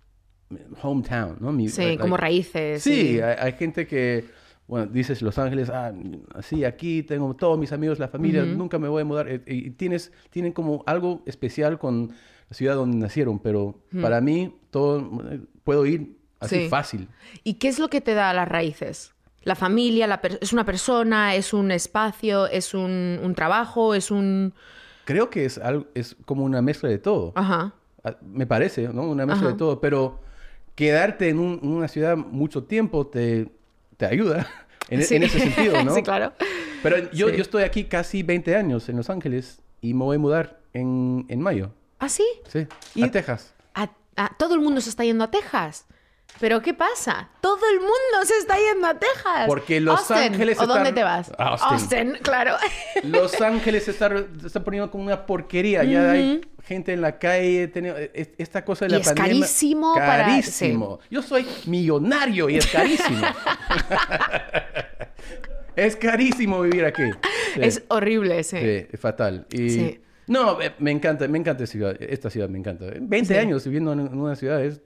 Speaker 1: eh, hometown, ¿no? Mi-
Speaker 2: Sí,
Speaker 1: like-
Speaker 2: como raíces.
Speaker 1: Sí,
Speaker 2: y-
Speaker 1: hay, hay gente que, bueno, dices Los Ángeles, ah, sí, aquí tengo todos mis amigos, la familia, nunca me voy a mudar. Eh, Y, tienes, tienen como algo especial con la ciudad donde nacieron, pero para mí todo, eh, puedo ir así
Speaker 2: Sí.
Speaker 1: fácil.
Speaker 2: ¿Y qué es lo que te da las raíces? La familia, la per- es una persona, es un espacio, es un, un trabajo, es un...
Speaker 1: Creo que es, algo, es como una mezcla de todo.
Speaker 2: Ajá.
Speaker 1: Ah, Me parece, ¿no? Una mezcla
Speaker 2: Ajá.
Speaker 1: de todo, pero quedarte en, un- en una ciudad mucho tiempo te, te ayuda en,
Speaker 2: Sí.
Speaker 1: en ese sentido, ¿no?
Speaker 2: sí, claro.
Speaker 1: Pero yo,
Speaker 2: Sí.
Speaker 1: yo estoy aquí casi 20 años en Los Ángeles y me voy a mudar en, en mayo,
Speaker 2: ¿Ah, sí?
Speaker 1: sí,
Speaker 2: Y-
Speaker 1: a Texas.
Speaker 2: A- a- todo el mundo se está yendo a Texas. ¿Pero qué pasa? Todo el mundo se está yendo a Texas.
Speaker 1: Porque Los
Speaker 2: Austin,
Speaker 1: Ángeles
Speaker 2: ¿O
Speaker 1: está-
Speaker 2: dónde te vas?
Speaker 1: Austin.
Speaker 2: claro.
Speaker 1: Los Ángeles se está, re- se está poniendo como una porquería. Ya hay gente en la calle. teni- e- esta cosa de
Speaker 2: Y
Speaker 1: la
Speaker 2: es
Speaker 1: pandemia.
Speaker 2: carísimo para-
Speaker 1: Carísimo. Yo soy millonario y es carísimo. es carísimo vivir aquí. Sí.
Speaker 2: Es horrible ese.
Speaker 1: Sí, es fatal. Y...
Speaker 2: Sí.
Speaker 1: No, eh, me encanta, me encanta ciudad, esta ciudad, me encanta. 20
Speaker 2: Sí.
Speaker 1: años viviendo en en una ciudad, es-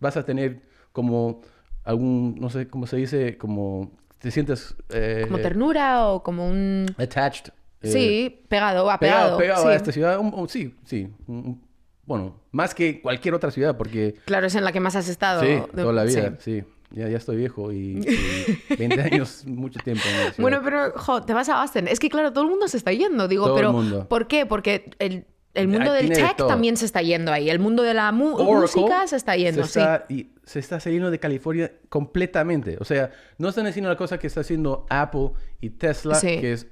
Speaker 1: vas a tener como algún, no sé cómo se dice, como te sientes... eh,
Speaker 2: Como ternura o como un...
Speaker 1: Attached. eh,
Speaker 2: sí, pegado,
Speaker 1: Pegado,
Speaker 2: apegado.
Speaker 1: pegado
Speaker 2: sí.
Speaker 1: a esta ciudad. Un- un- sí, sí. un- un- bueno, más que cualquier otra ciudad, porque...
Speaker 2: Claro, es en la que más has estado.
Speaker 1: Sí,
Speaker 2: de-
Speaker 1: toda la
Speaker 2: sí.
Speaker 1: vida, sí. Ya, ya estoy viejo y, y 20 años, mucho tiempo. en una ciudad.
Speaker 2: Bueno, pero jo, te vas a Austin. Es que claro, todo el mundo se está yendo. Digo,
Speaker 1: Todo el
Speaker 2: pero
Speaker 1: mundo.
Speaker 2: ¿por qué? Porque el, el mundo
Speaker 1: Ahí
Speaker 2: del
Speaker 1: tiene de
Speaker 2: tech
Speaker 1: todo.
Speaker 2: también se está yendo ahí. El mundo de la mu-
Speaker 1: Oracle
Speaker 2: música se está yendo,
Speaker 1: se está, y se está saliendo de California completamente. O sea, no están haciendo la cosa que está haciendo Apple y Tesla,
Speaker 2: Sí.
Speaker 1: que es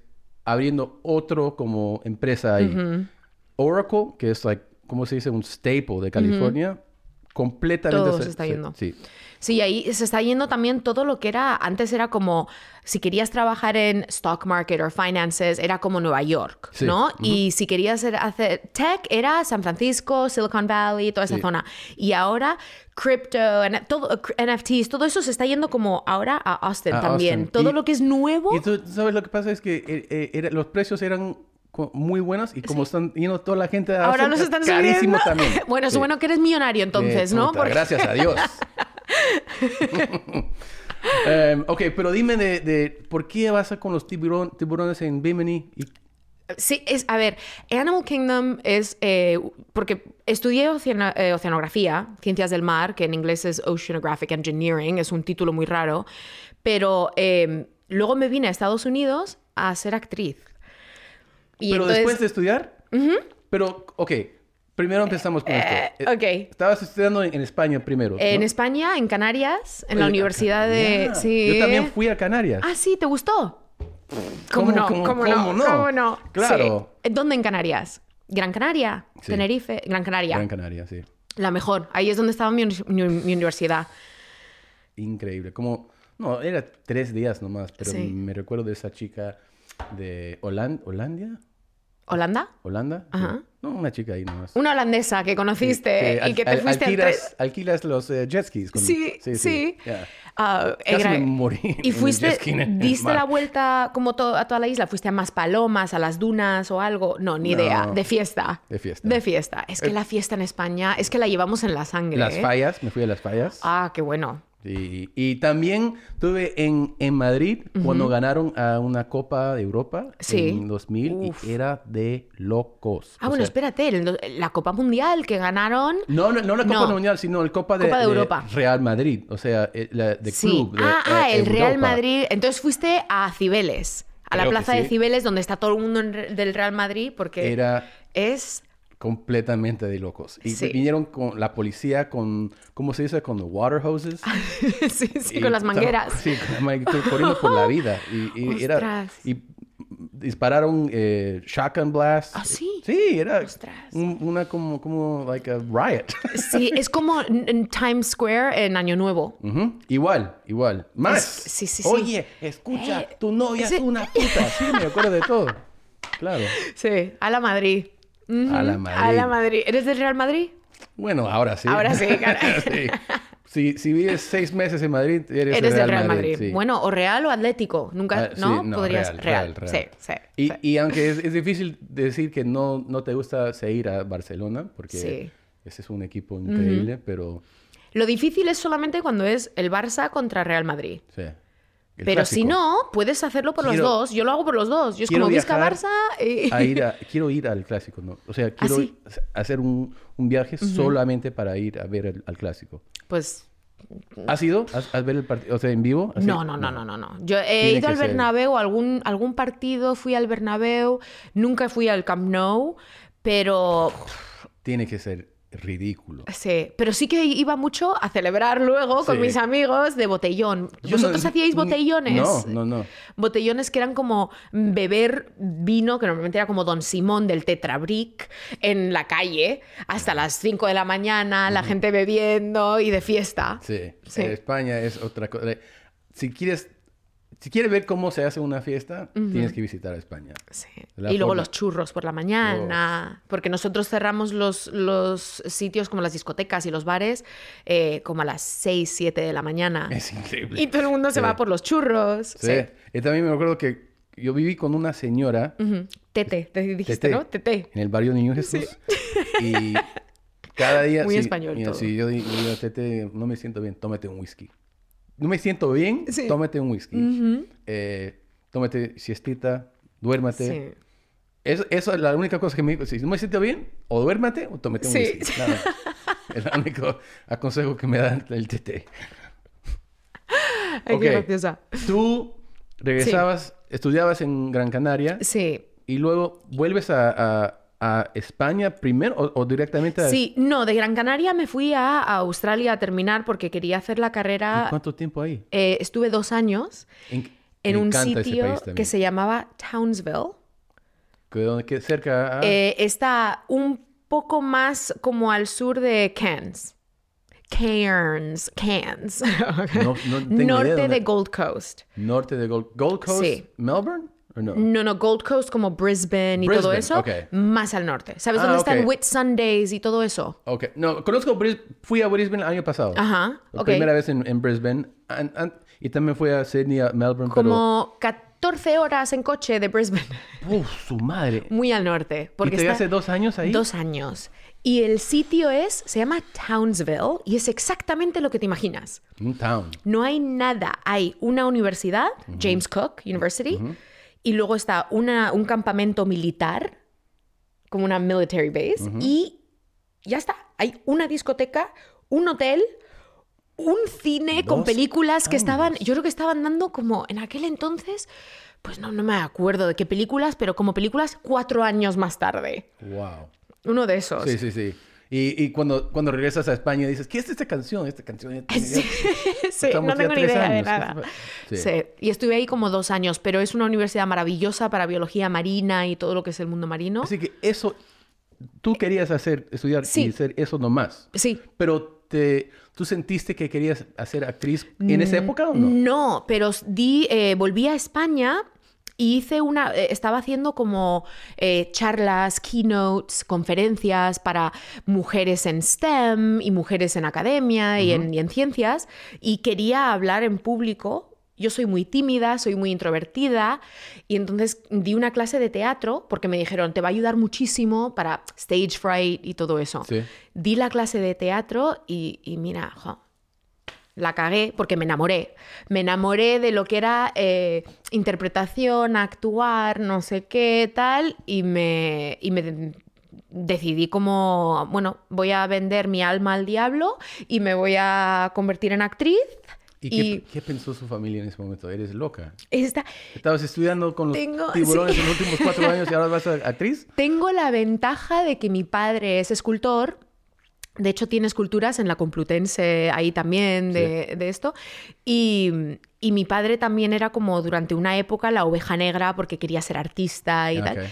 Speaker 1: abriendo otro como empresa ahí. Oracle, que es, like, ¿cómo se dice? Un staple de California, completamente
Speaker 2: Todo se está yendo.
Speaker 1: sí.
Speaker 2: sí. Sí, ahí se está yendo también todo lo que era, antes era como, si querías trabajar en stock market o finances, era como Nueva York,
Speaker 1: Sí.
Speaker 2: ¿no?
Speaker 1: Ujú.
Speaker 2: Y si querías ser- hacer tech, era San Francisco, Silicon Valley, toda esa
Speaker 1: Sí.
Speaker 2: zona. Y ahora, crypto, N- todo, eh, NFTs, todo eso se está yendo como ahora a Austin
Speaker 1: A
Speaker 2: también.
Speaker 1: Austin.
Speaker 2: Todo
Speaker 1: Y-
Speaker 2: lo que es nuevo.
Speaker 1: Y tú sabes lo que pasa es que eh, eh, era- los precios eran co- muy buenos y como están yendo toda la gente a
Speaker 2: Ahora
Speaker 1: hacer
Speaker 2: nos están subiendo.
Speaker 1: carísimos también.
Speaker 2: Bueno, es
Speaker 1: Sí.
Speaker 2: bueno que eres millonario entonces,
Speaker 1: Eh,
Speaker 2: ¿no?
Speaker 1: puta, Gracias a Dios. Em, ok, pero dime de, de por qué vas a con los tiburón- tiburones en Bimini. Y,
Speaker 2: Sí, es, a ver, Animal Kingdom es, eh, porque estudié oceano- eh, oceanografía, ciencias del mar, que en inglés es Oceanographic Engineering, es un título muy raro, pero eh, luego me vine a Estados Unidos a ser actriz. Y
Speaker 1: pero
Speaker 2: entonces-
Speaker 1: después de estudiar. Pero, ok, primero empezamos con esto.
Speaker 2: Eh,
Speaker 1: Eh,
Speaker 2: ok.
Speaker 1: Estabas estudiando en, en España primero.
Speaker 2: En
Speaker 1: ¿no?
Speaker 2: España, en Canarias, en la
Speaker 1: Oye,
Speaker 2: Universidad
Speaker 1: a
Speaker 2: de...
Speaker 1: Canarias.
Speaker 2: Sí.
Speaker 1: Yo también fui a Canarias.
Speaker 2: Ah, sí, ¿te gustó? ¿Cómo,
Speaker 1: ¿Cómo-
Speaker 2: no?
Speaker 1: cómo-
Speaker 2: ¿Cómo,
Speaker 1: cómo
Speaker 2: no?
Speaker 1: no?
Speaker 2: ¿Cómo no?
Speaker 1: Claro.
Speaker 2: Sí. Eh, ¿Dónde en Canarias? Gran Canaria,
Speaker 1: Sí.
Speaker 2: Tenerife, Gran Canaria.
Speaker 1: Gran Canaria, sí.
Speaker 2: La mejor. Ahí es donde estaba mi, uni- mi- mi universidad.
Speaker 1: Increíble. Como, no, era tres días nomás, pero
Speaker 2: Sí.
Speaker 1: me recuerdo de esa chica de Holan- Holandia.
Speaker 2: ¿Holanda?
Speaker 1: ¿Holanda? Sí.
Speaker 2: Ajá.
Speaker 1: No, una chica ahí nomás.
Speaker 2: Una holandesa que conociste y
Speaker 1: al-
Speaker 2: que te
Speaker 1: al-
Speaker 2: fuiste al
Speaker 1: alquilas,
Speaker 2: tres-
Speaker 1: alquilas los eh, jet skis. con-
Speaker 2: Sí, sí.
Speaker 1: yeah.
Speaker 2: Ah,
Speaker 1: Casi
Speaker 2: era-
Speaker 1: me morí. en
Speaker 2: Y
Speaker 1: el
Speaker 2: fuiste,
Speaker 1: jet ski en el
Speaker 2: diste
Speaker 1: mar.
Speaker 2: la vuelta como to- a toda la isla, fuiste a más palomas, a las dunas o algo. No, ni idea.
Speaker 1: No.
Speaker 2: De fiesta.
Speaker 1: De fiesta.
Speaker 2: De fiesta. Es que
Speaker 1: Eh.
Speaker 2: la fiesta en España es que la llevamos en la sangre.
Speaker 1: Las
Speaker 2: ¿eh?
Speaker 1: fallas, me fui a las fallas.
Speaker 2: Ah, qué bueno.
Speaker 1: Y, y también tuve en, en Madrid cuando ganaron a una Copa de Europa
Speaker 2: Sí.
Speaker 1: en 2000
Speaker 2: Uf.
Speaker 1: y era de locos.
Speaker 2: Ah,
Speaker 1: O
Speaker 2: bueno,
Speaker 1: sea,
Speaker 2: espérate, el- la Copa Mundial que ganaron.
Speaker 1: No, no, no la Copa
Speaker 2: No.
Speaker 1: Mundial, sino el Copa de,
Speaker 2: Copa de Europa.
Speaker 1: Real Madrid, o sea, eh, la de
Speaker 2: sí.
Speaker 1: club. de,
Speaker 2: ah, ah,
Speaker 1: eh,
Speaker 2: el Real
Speaker 1: Europa.
Speaker 2: Madrid. Entonces fuiste a Cibeles, a la
Speaker 1: Creo que
Speaker 2: plaza de
Speaker 1: sí.
Speaker 2: Cibeles, donde está todo el mundo en re- del Real Madrid, porque
Speaker 1: Era
Speaker 2: es.
Speaker 1: completamente de locos. Y
Speaker 2: Sí.
Speaker 1: vinieron con la policía con, ¿cómo se dice? Con the water hoses.
Speaker 2: sí, Ah, sí,
Speaker 1: Y
Speaker 2: con las
Speaker 1: estaba-
Speaker 2: mangueras.
Speaker 1: Sí, con las mangueras, corriendo por la vida. Y, y era...
Speaker 2: Ostras.
Speaker 1: Y dispararon eh, shotgun blast.
Speaker 2: ¿Ah, sí?
Speaker 1: Sí, era
Speaker 2: Ostras.
Speaker 1: un- una como, como, like a riot.
Speaker 2: Sí, es como en en Times Square en Año Nuevo.
Speaker 1: Ujú. Igual, igual. Más.
Speaker 2: Es- sí, sí, sí.
Speaker 1: Oye, escucha,
Speaker 2: Eh,
Speaker 1: tu novia
Speaker 2: ese-
Speaker 1: es una puta. Sí, me acuerdo de todo. Claro.
Speaker 2: Sí, a la Madrid. Ujú,
Speaker 1: A la
Speaker 2: A la
Speaker 1: Madrid.
Speaker 2: Madrid. ¿Eres del Real Madrid?
Speaker 1: Bueno, ahora sí.
Speaker 2: Ahora sí, caray.
Speaker 1: Sí. Si, si vives seis meses en Madrid, eres,
Speaker 2: Eres
Speaker 1: el
Speaker 2: del Real Madrid.
Speaker 1: sí.
Speaker 2: Bueno, o Real o Atlético. Nunca,
Speaker 1: Ah, sí,
Speaker 2: ¿no? Podrías.
Speaker 1: Real, Real, Real.
Speaker 2: Sí, sí.
Speaker 1: Y,
Speaker 2: sí.
Speaker 1: y aunque es, es difícil decir que no, no te gusta seguir a Barcelona, porque
Speaker 2: Sí.
Speaker 1: ese es un equipo increíble, pero...
Speaker 2: Lo difícil es solamente cuando es el Barça contra Real Madrid.
Speaker 1: sí, el
Speaker 2: Pero si
Speaker 1: clásico.
Speaker 2: no, puedes hacerlo por
Speaker 1: Quiero-
Speaker 2: los dos. Yo lo hago por los dos. Yo es
Speaker 1: quiero
Speaker 2: como Vizca
Speaker 1: viajar
Speaker 2: Barça y...
Speaker 1: a ir a- quiero ir al clásico, ¿no? O sea, quiero
Speaker 2: ¿Ah, sí?
Speaker 1: hacer un, un viaje solamente para ir a ver el- al clásico.
Speaker 2: Pues
Speaker 1: ¿Has ido? ¿Has, has ver el partido? O sea, en vivo. ¿Has
Speaker 2: no,
Speaker 1: ido?
Speaker 2: no, no, no, no, no. Yo he
Speaker 1: ¿Ah, Tiene
Speaker 2: ido
Speaker 1: que
Speaker 2: al
Speaker 1: ser.
Speaker 2: Bernabéu, algún, algún partido fui al Bernabéu, nunca fui al Camp Nou, pero
Speaker 1: Tiene que ser ridículo.
Speaker 2: sí, pero sí que iba mucho a celebrar luego con
Speaker 1: Sí.
Speaker 2: mis amigos de botellón.
Speaker 1: Yo no-
Speaker 2: ¿Vosotros hacíais botellones?
Speaker 1: No, no, no.
Speaker 2: botellones que eran como mm, beber vino, que normalmente era como Don Simón del Tetrabric, en la calle, hasta las 5 de la mañana, la gente bebiendo y de fiesta.
Speaker 1: Sí.
Speaker 2: Sí.
Speaker 1: Eh, España es otra cosa. Eh, Si quieres, si quieres ver cómo se hace una fiesta, tienes que visitar España.
Speaker 2: Sí.
Speaker 1: La
Speaker 2: Y luego
Speaker 1: forma.
Speaker 2: los churros por la mañana, porque nosotros cerramos los, los sitios como las discotecas y los bares eh, como a las 6, 7 de la mañana.
Speaker 1: Es increíble.
Speaker 2: Y todo el mundo
Speaker 1: Sí.
Speaker 2: se va por los churros.
Speaker 1: Sí. Y también me acuerdo que yo viví con una señora
Speaker 2: Ujú. Tete, te dijiste,
Speaker 1: Tete.
Speaker 2: ¿no? Tete.
Speaker 1: en el barrio Niño Jesús y cada día...
Speaker 2: Muy
Speaker 1: sí,
Speaker 2: español
Speaker 1: mira,
Speaker 2: todo.
Speaker 1: Si yo di- digo, Tete, no me siento bien, tómate un whisky. No me siento bien,
Speaker 2: Sí.
Speaker 1: tómate un whisky.
Speaker 2: Ujú.
Speaker 1: Eh, tómate siestita, duérmate.
Speaker 2: Sí.
Speaker 1: Eso, eso es la única cosa que me dijo. Si no me siento bien, o duérmate o tómate un
Speaker 2: Sí.
Speaker 1: whisky. Nada más. es el único aconsejo que me da el Tete.
Speaker 2: Ay, qué
Speaker 1: Ok.
Speaker 2: graciosa.
Speaker 1: Tú regresabas, estudiabas en Gran Canaria.
Speaker 2: Sí.
Speaker 1: Y luego vuelves a, a- a España primero o, o directamente a...
Speaker 2: Sí, no, de Gran Canaria me fui a, a Australia a terminar porque quería hacer la carrera.
Speaker 1: ¿Y ¿Cuánto tiempo ahí?
Speaker 2: Eh, estuve dos años
Speaker 1: En,
Speaker 2: en
Speaker 1: me
Speaker 2: un
Speaker 1: encanta ese
Speaker 2: sitio
Speaker 1: país también.
Speaker 2: que se llamaba Townsville.
Speaker 1: Que, donde- que cerca Ah, a...
Speaker 2: Eh, está un poco más como al sur de Cairns. Cairns, Cairns.
Speaker 1: No- no tengo idea
Speaker 2: Norte
Speaker 1: dónde-
Speaker 2: de Gold Coast.
Speaker 1: norte de Gold, Gold Coast,
Speaker 2: Sí.
Speaker 1: Melbourne, ¿o no?
Speaker 2: No, no, Gold Coast como Brisbane y todo
Speaker 1: Brisbane,
Speaker 2: eso.
Speaker 1: ok.
Speaker 2: Más al norte. ¿Sabes
Speaker 1: Ah,
Speaker 2: dónde están
Speaker 1: ok.
Speaker 2: Whitsundays y todo eso?
Speaker 1: Ok, no, conozco Bris- fui a Brisbane el año pasado.
Speaker 2: Ajá,
Speaker 1: La
Speaker 2: ok.
Speaker 1: Primera vez en, en Brisbane. An- an- y también fui a Sydney, a Melbourne,
Speaker 2: Como ca- 14 horas en coche de Brisbane,
Speaker 1: Uf, su madre.
Speaker 2: muy al norte.
Speaker 1: Porque
Speaker 2: Porque está
Speaker 1: hace dos años ahí?
Speaker 2: dos años. Y el sitio es, se llama Townsville y es exactamente lo que te imaginas.
Speaker 1: Un town.
Speaker 2: No hay nada. Hay una universidad, James Cook University, y luego está una, un campamento militar, como una military base, y ya está. Hay una discoteca, un hotel, un cine con
Speaker 1: Dos
Speaker 2: películas que estaban,
Speaker 1: años.
Speaker 2: yo creo que estaban dando como en aquel entonces, pues no, no me acuerdo de qué películas, pero como películas cuatro años más tarde.
Speaker 1: Wow.
Speaker 2: Uno de esos.
Speaker 1: Sí, sí, sí. Y, y cuando, cuando regresas a España dices, ¿qué es esta canción? Esta canción. Esta
Speaker 2: Sí,
Speaker 1: canción.
Speaker 2: sí,
Speaker 1: Estamos
Speaker 2: no
Speaker 1: ya
Speaker 2: tengo ni
Speaker 1: tres
Speaker 2: idea de
Speaker 1: años.
Speaker 2: nada.
Speaker 1: Sí.
Speaker 2: Sí, Y estuve ahí como dos años, pero es una universidad maravillosa para biología marina y todo lo que es el mundo marino. Sí.
Speaker 1: Así que eso, tú querías hacer, estudiar y
Speaker 2: Sí.
Speaker 1: hacer eso nomás. Pero te, tú sentiste que querías hacer actriz en esa época o no?
Speaker 2: Mm, No, pero s- di, eh, volví a España y hice una, eh, estaba haciendo como eh, charlas, keynotes, conferencias para mujeres en STEM y mujeres en academia y, en, y en ciencias y quería hablar en público. Yo soy muy tímida, soy muy introvertida y entonces di una clase de teatro porque me dijeron, te va a ayudar muchísimo para stage fright y todo eso.
Speaker 1: Sí.
Speaker 2: Di la clase de teatro y, y mira, jo, la cagué porque me enamoré. Me enamoré de lo que era eh, interpretación, actuar, no sé qué, tal, y me, y me de- decidí como, bueno, voy a vender mi alma al diablo y me voy a convertir en actriz.
Speaker 1: ¿Y, qué-
Speaker 2: Y-
Speaker 1: Qué, pensó su familia en ese momento? Eres loca.
Speaker 2: Esta,
Speaker 1: Estabas estudiando con los
Speaker 2: Tengo-
Speaker 1: tiburones
Speaker 2: sí.
Speaker 1: en los últimos cuatro años y ahora vas a ser actriz.
Speaker 2: Tengo la ventaja de que mi padre es escultor. De hecho, tiene esculturas en la Complutense ahí también de, de esto. Y, y mi padre también era como durante una época la oveja negra porque quería ser artista y
Speaker 1: Ok.
Speaker 2: tal.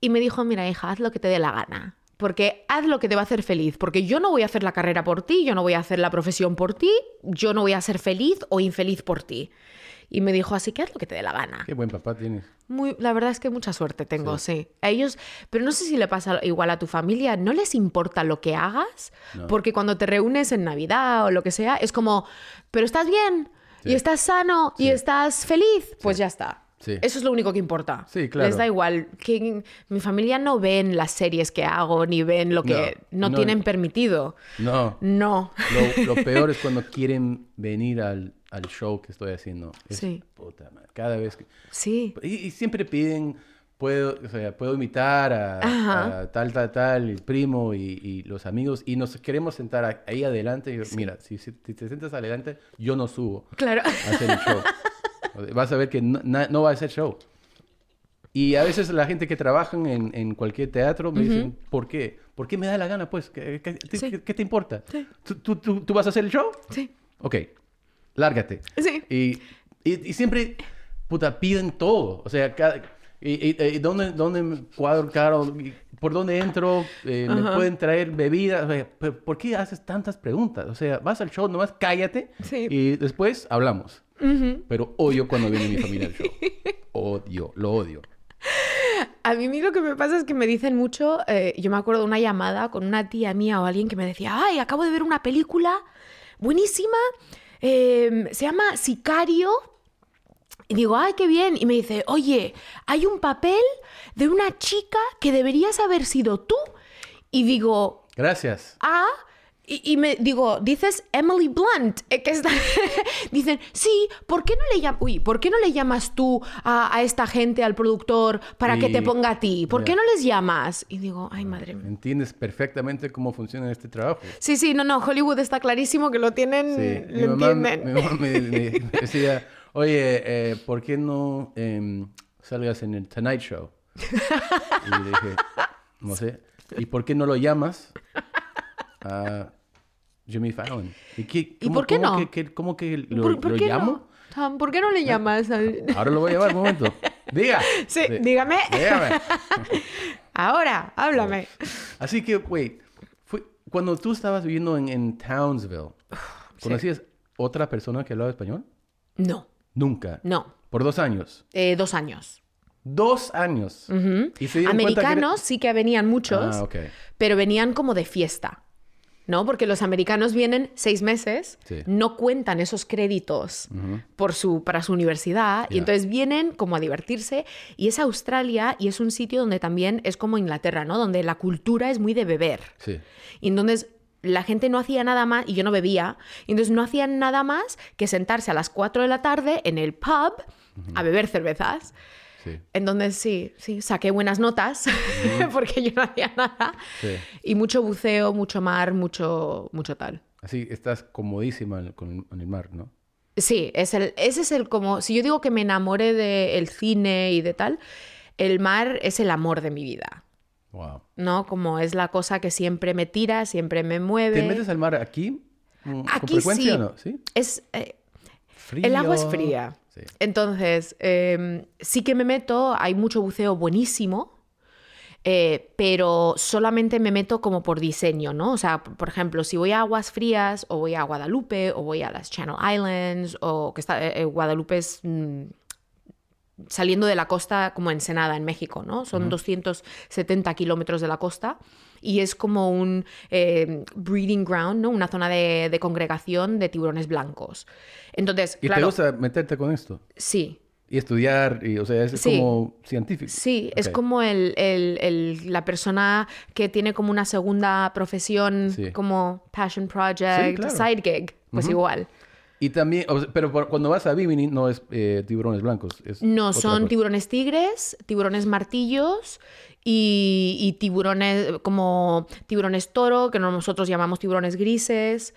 Speaker 2: Y me dijo, mira hija, haz lo que te dé la gana. Porque haz lo que te va a hacer feliz. Porque yo no voy a hacer la carrera por ti, yo no voy a hacer la profesión por ti, yo no voy a ser feliz o infeliz por ti. Y me dijo, así que haz lo que te dé la gana.
Speaker 1: Qué buen papá tienes.
Speaker 2: Muy, la verdad es que mucha suerte tengo, sí. A ellos, pero no sé si le pasa igual a tu familia, no les importa lo que hagas,
Speaker 1: No.
Speaker 2: porque cuando te reúnes en Navidad o lo que sea, es como, pero estás bien,
Speaker 1: Sí.
Speaker 2: y estás sano, y estás feliz, pues ya está.
Speaker 1: Sí.
Speaker 2: Eso es lo único que importa.
Speaker 1: Sí, claro.
Speaker 2: Les da igual. Que mi familia no ven las series que hago, ni ven lo que
Speaker 1: No,
Speaker 2: no,
Speaker 1: no.
Speaker 2: tienen permitido.
Speaker 1: No.
Speaker 2: No.
Speaker 1: Lo, lo peor es cuando quieren venir al, al show que estoy haciendo. Es
Speaker 2: Sí.
Speaker 1: puta madre. Cada vez que...
Speaker 2: Sí.
Speaker 1: Y, y siempre piden, puedo, o sea, puedo imitar a,
Speaker 2: Ajá.
Speaker 1: a tal, tal, tal, el primo y, y los amigos, y nos queremos sentar a- ahí adelante. Y yo, Mira, si, si te te sientas adelante, yo no subo
Speaker 2: Claro.
Speaker 1: a hacer el show. O sea, Vas a ver que no, na- no va a ser show. Y a veces la gente que trabaja en, en cualquier teatro me dicen, ¿por qué? ¿Por qué me da la gana? Pues, ¿qué, qué- qué-
Speaker 2: Sí.
Speaker 1: qué- qué te importa?
Speaker 2: Sí.
Speaker 1: ¿Tú, tú, tú, tú vas a hacer el show?
Speaker 2: Sí.
Speaker 1: Ok, lárgate.
Speaker 2: Sí.
Speaker 1: Y, y- y siempre, puta, piden todo. O sea, cada- y, y- y ¿dónde, ¿dónde me cuadro caro? Y ¿Por dónde entro? Eh, ¿Me
Speaker 2: Ajá.
Speaker 1: pueden traer bebidas? O sea, ¿pero ¿Por qué haces tantas preguntas? O sea, vas al show, nomás cállate
Speaker 2: Sí.
Speaker 1: y después hablamos. Pero odio cuando viene mi familia al show. Odio, lo odio.
Speaker 2: A mí lo que me pasa es que me dicen mucho, eh, yo me acuerdo de una llamada con una tía mía o alguien que me decía, ay, acabo de ver una película buenísima, eh, se llama Sicario. Y digo, ay, qué bien. Y me dice, oye, hay un papel de una chica que deberías haber sido tú. Y digo,
Speaker 1: Gracias.
Speaker 2: ah, y, y me digo, dices Emily Blunt, eh, que está- dicen, sí, ¿por qué no le llamas, uy, ¿por qué no le llamas tú a, a esta gente, al productor, para que
Speaker 1: Y-
Speaker 2: te ponga a ti? ¿Por
Speaker 1: Ya.
Speaker 2: qué no les llamas? Y digo, ay, madre mía.
Speaker 1: Entiendes perfectamente cómo funciona este trabajo.
Speaker 2: Sí, sí, no, no, Hollywood está clarísimo que lo tienen,
Speaker 1: Sí, mi
Speaker 2: Mm, lo
Speaker 1: mamá, me-
Speaker 2: entienden.
Speaker 1: mi mamá me, me- me decía, oye, eh, ¿por qué no em, salgas en el Tonight Show? Y le dije, no sé. ¿Y por qué no lo llamas a Jimmy Fallon? ¿Y, qué-
Speaker 2: ¿Y por qué
Speaker 1: cómo
Speaker 2: no?
Speaker 1: Que, que- ¿Cómo que lo,
Speaker 2: ¿Por, por
Speaker 1: lo
Speaker 2: qué
Speaker 1: llamo?
Speaker 2: no? Tom, ¿por qué no le llamas? al-
Speaker 1: Ahora lo voy a llamar, un momento. Diga.
Speaker 2: Sí, dígame.
Speaker 1: Dígame.
Speaker 2: Ahora, háblame.
Speaker 1: Así que, wait, fue- cuando tú estabas viviendo en, en Townsville, ¿conocías otra persona que hablaba español?
Speaker 2: No,
Speaker 1: Nunca.
Speaker 2: no,
Speaker 1: Por dos años.
Speaker 2: eh, dos años.
Speaker 1: Dos años. Y se dieron cuenta que era-
Speaker 2: Americanos sí que venían muchos.
Speaker 1: Ah, ok.
Speaker 2: pero venían como de fiesta. ¿no? Porque los americanos vienen seis meses,
Speaker 1: Sí.
Speaker 2: no cuentan esos créditos por su, para su universidad y
Speaker 1: Ya.
Speaker 2: entonces vienen como a divertirse y es Australia y es un sitio donde también es como Inglaterra, ¿no? Donde la cultura es muy de beber.
Speaker 1: Sí.
Speaker 2: Y entonces la gente no hacía nada más, y yo no bebía, y entonces no hacían nada más que sentarse a las 4 de la tarde en el pub a beber cervezas.
Speaker 1: Sí.
Speaker 2: Entonces sí, sí, saqué buenas notas porque yo no hacía nada.
Speaker 1: Sí.
Speaker 2: Y mucho buceo, mucho mar, mucho, mucho tal.
Speaker 1: Así estás comodísima en- con, en el mar, ¿no?
Speaker 2: Sí, es el, ese es el como, si yo digo que me enamoré del cine y de tal, el mar es el amor de mi vida,
Speaker 1: Wow.
Speaker 2: ¿no? Como es la cosa que siempre me tira, siempre me mueve.
Speaker 1: ¿Te metes al mar aquí? mm, ¿Con
Speaker 2: Aquí
Speaker 1: frecuencia
Speaker 2: sí.
Speaker 1: o no? ¿Sí?
Speaker 2: Es, eh,
Speaker 1: Frío.
Speaker 2: El agua es fría.
Speaker 1: Sí.
Speaker 2: Entonces, eh, sí que me meto, hay mucho buceo buenísimo, eh, pero solamente me meto como por diseño, ¿no? O sea, p- por ejemplo, si voy a aguas frías o voy a Guadalupe o voy a las Channel Islands o que está, eh, eh, Guadalupe es mm, saliendo de la costa como Ensenada en México, ¿no? Son 270 kilómetros de la costa y es como un eh, breeding ground, ¿no? Una zona de, de congregación de tiburones blancos. Entonces,
Speaker 1: ¿Y te
Speaker 2: claro,
Speaker 1: gusta meterte con esto?
Speaker 2: sí.
Speaker 1: Y estudiar, y, o sea, es
Speaker 2: Sí.
Speaker 1: como científico.
Speaker 2: Sí, es
Speaker 1: Ok.
Speaker 2: como el, el- el- la persona que tiene como una segunda profesión,
Speaker 1: Sí.
Speaker 2: como passion project,
Speaker 1: Sí, claro.
Speaker 2: side gig, pues igual.
Speaker 1: Y también, o sea, pero por- cuando vas a Bimini no es eh, tiburones blancos. es
Speaker 2: No,
Speaker 1: otra
Speaker 2: son
Speaker 1: cosa.
Speaker 2: tiburones tigres, tiburones martillos y, y tiburones como tiburones toro, que nosotros llamamos tiburones grises.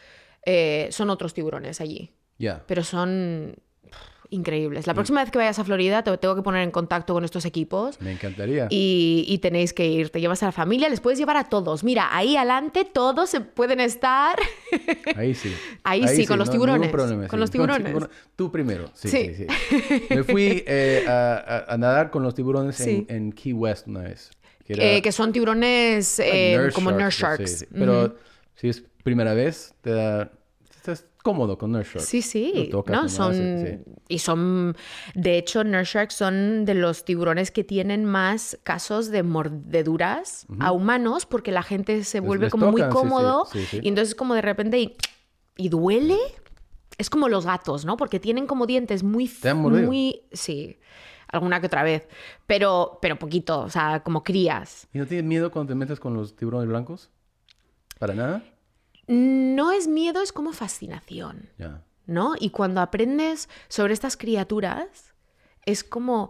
Speaker 2: eh, son otros tiburones allí,
Speaker 1: Ya.
Speaker 2: pero son pff, increíbles.
Speaker 1: Mm.
Speaker 2: La próxima vez que vayas a Florida te tengo que poner en contacto con estos equipos
Speaker 1: Me encantaría.
Speaker 2: y, y tenéis que ir. Te llevas a la familia, les puedes llevar a todos. Mira, ahí adelante todos se pueden estar.
Speaker 1: Ahí sí.
Speaker 2: Ahí sí, con los
Speaker 1: ningún
Speaker 2: tiburones,
Speaker 1: problema,
Speaker 2: con los tiburones.
Speaker 1: Tú primero. Sí, sí,
Speaker 2: Sí.
Speaker 1: sí. Me fui eh, a, a- a nadar con los tiburones en-
Speaker 2: Sí.
Speaker 1: en, Key West una vez. Que era-
Speaker 2: Eh, que son tiburones eh,
Speaker 1: Nurse
Speaker 2: como nurse
Speaker 1: sharks,
Speaker 2: sharks.
Speaker 1: sí, sí.
Speaker 2: Ujú.
Speaker 1: Pero si es primera vez, te da- estás cómodo con nurse sharks.
Speaker 2: Sí, sí.
Speaker 1: Lo tocas
Speaker 2: no,
Speaker 1: nomás,
Speaker 2: son.
Speaker 1: sí.
Speaker 2: Y son. De hecho, Nurse Sharks son de los tiburones que tienen más casos de mordeduras a humanos porque la gente se
Speaker 1: Les-
Speaker 2: vuelve
Speaker 1: les
Speaker 2: como
Speaker 1: tocan, sí,
Speaker 2: muy cómodo.
Speaker 1: sí, sí, sí.
Speaker 2: Y entonces, como de repente. Y, y duele. Es como los gatos, ¿no? Porque tienen como dientes muy.
Speaker 1: ¿Te han mordido?
Speaker 2: Muy. Sí. Alguna que otra vez. Pero, pero poquito. O sea, como crías.
Speaker 1: ¿Y no tienes miedo cuando te metes con los tiburones blancos? ¿Para nada?
Speaker 2: No es miedo, es como fascinación.
Speaker 1: Ya.
Speaker 2: ¿no? Y cuando aprendes sobre estas criaturas, es como,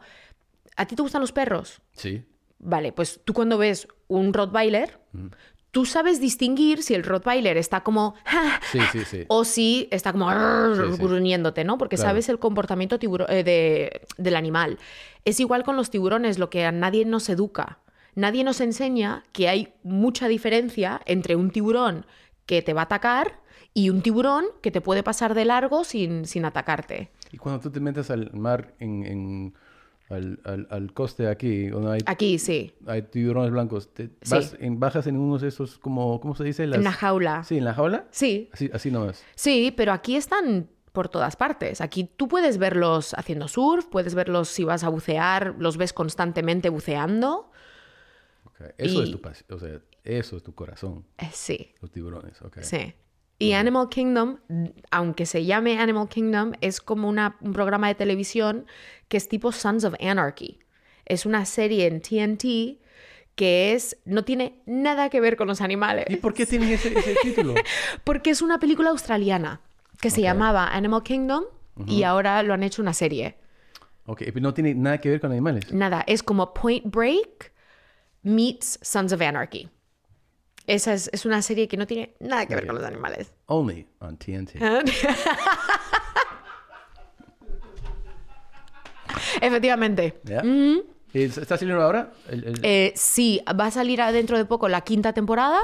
Speaker 2: ¿a ti te gustan los perros?
Speaker 1: Sí.
Speaker 2: Vale, pues tú cuando ves un Rottweiler, tú sabes distinguir si el Rottweiler está como... "Ja",
Speaker 1: Sí, sí, sí.
Speaker 2: O si está como "Arr",
Speaker 1: Sí, sí.
Speaker 2: gruñéndote, ¿no? Porque
Speaker 1: Claro.
Speaker 2: sabes el comportamiento tiburo- eh, de- del animal. Es igual con los tiburones, lo que a nadie nos educa. Nadie nos enseña que hay mucha diferencia entre un tiburón que te va a atacar y un tiburón que te puede pasar de largo sin, sin atacarte.
Speaker 1: Y cuando tú te metes al mar, en, en- al, al- al coste aquí, donde hay,
Speaker 2: Aquí sí,
Speaker 1: hay tiburones blancos, te-
Speaker 2: Sí.
Speaker 1: vas en, bajas en unos de esos, como, ¿cómo se dice? Las-
Speaker 2: en una jaula.
Speaker 1: Sí, en la jaula.
Speaker 2: sí,
Speaker 1: Así, así nomás.
Speaker 2: Sí, pero aquí están por todas partes. Aquí tú puedes verlos haciendo surf, puedes verlos si vas a bucear, los ves constantemente buceando.
Speaker 1: Ok. Eso es
Speaker 2: Y-
Speaker 1: tu pasión, o sea, eso es tu corazón,
Speaker 2: Eh, sí,
Speaker 1: los tiburones. ok.
Speaker 2: sí. Y Animal Kingdom, aunque se llame Animal Kingdom, es como una- un programa de televisión que es tipo Sons of Anarchy. Es una serie en TNT que es no tiene nada que ver con los animales.
Speaker 1: ¿Y por qué tienen ese, ese título?
Speaker 2: Porque es una película australiana que se
Speaker 1: Ok.
Speaker 2: llamaba Animal Kingdom y ahora lo han hecho una serie.
Speaker 1: Ok, pero no tiene nada que ver con animales.
Speaker 2: Nada, es como Point Break meets Sons of Anarchy. Esa es, es una serie que no tiene nada que ver con los animales.
Speaker 1: Only on TNT.
Speaker 2: Ah, Efectivamente.
Speaker 1: ¿Ya? ¿Y es- ¿Está saliendo ahora? El- el-
Speaker 2: Eh, sí, va a salir a- dentro de poco la quinta temporada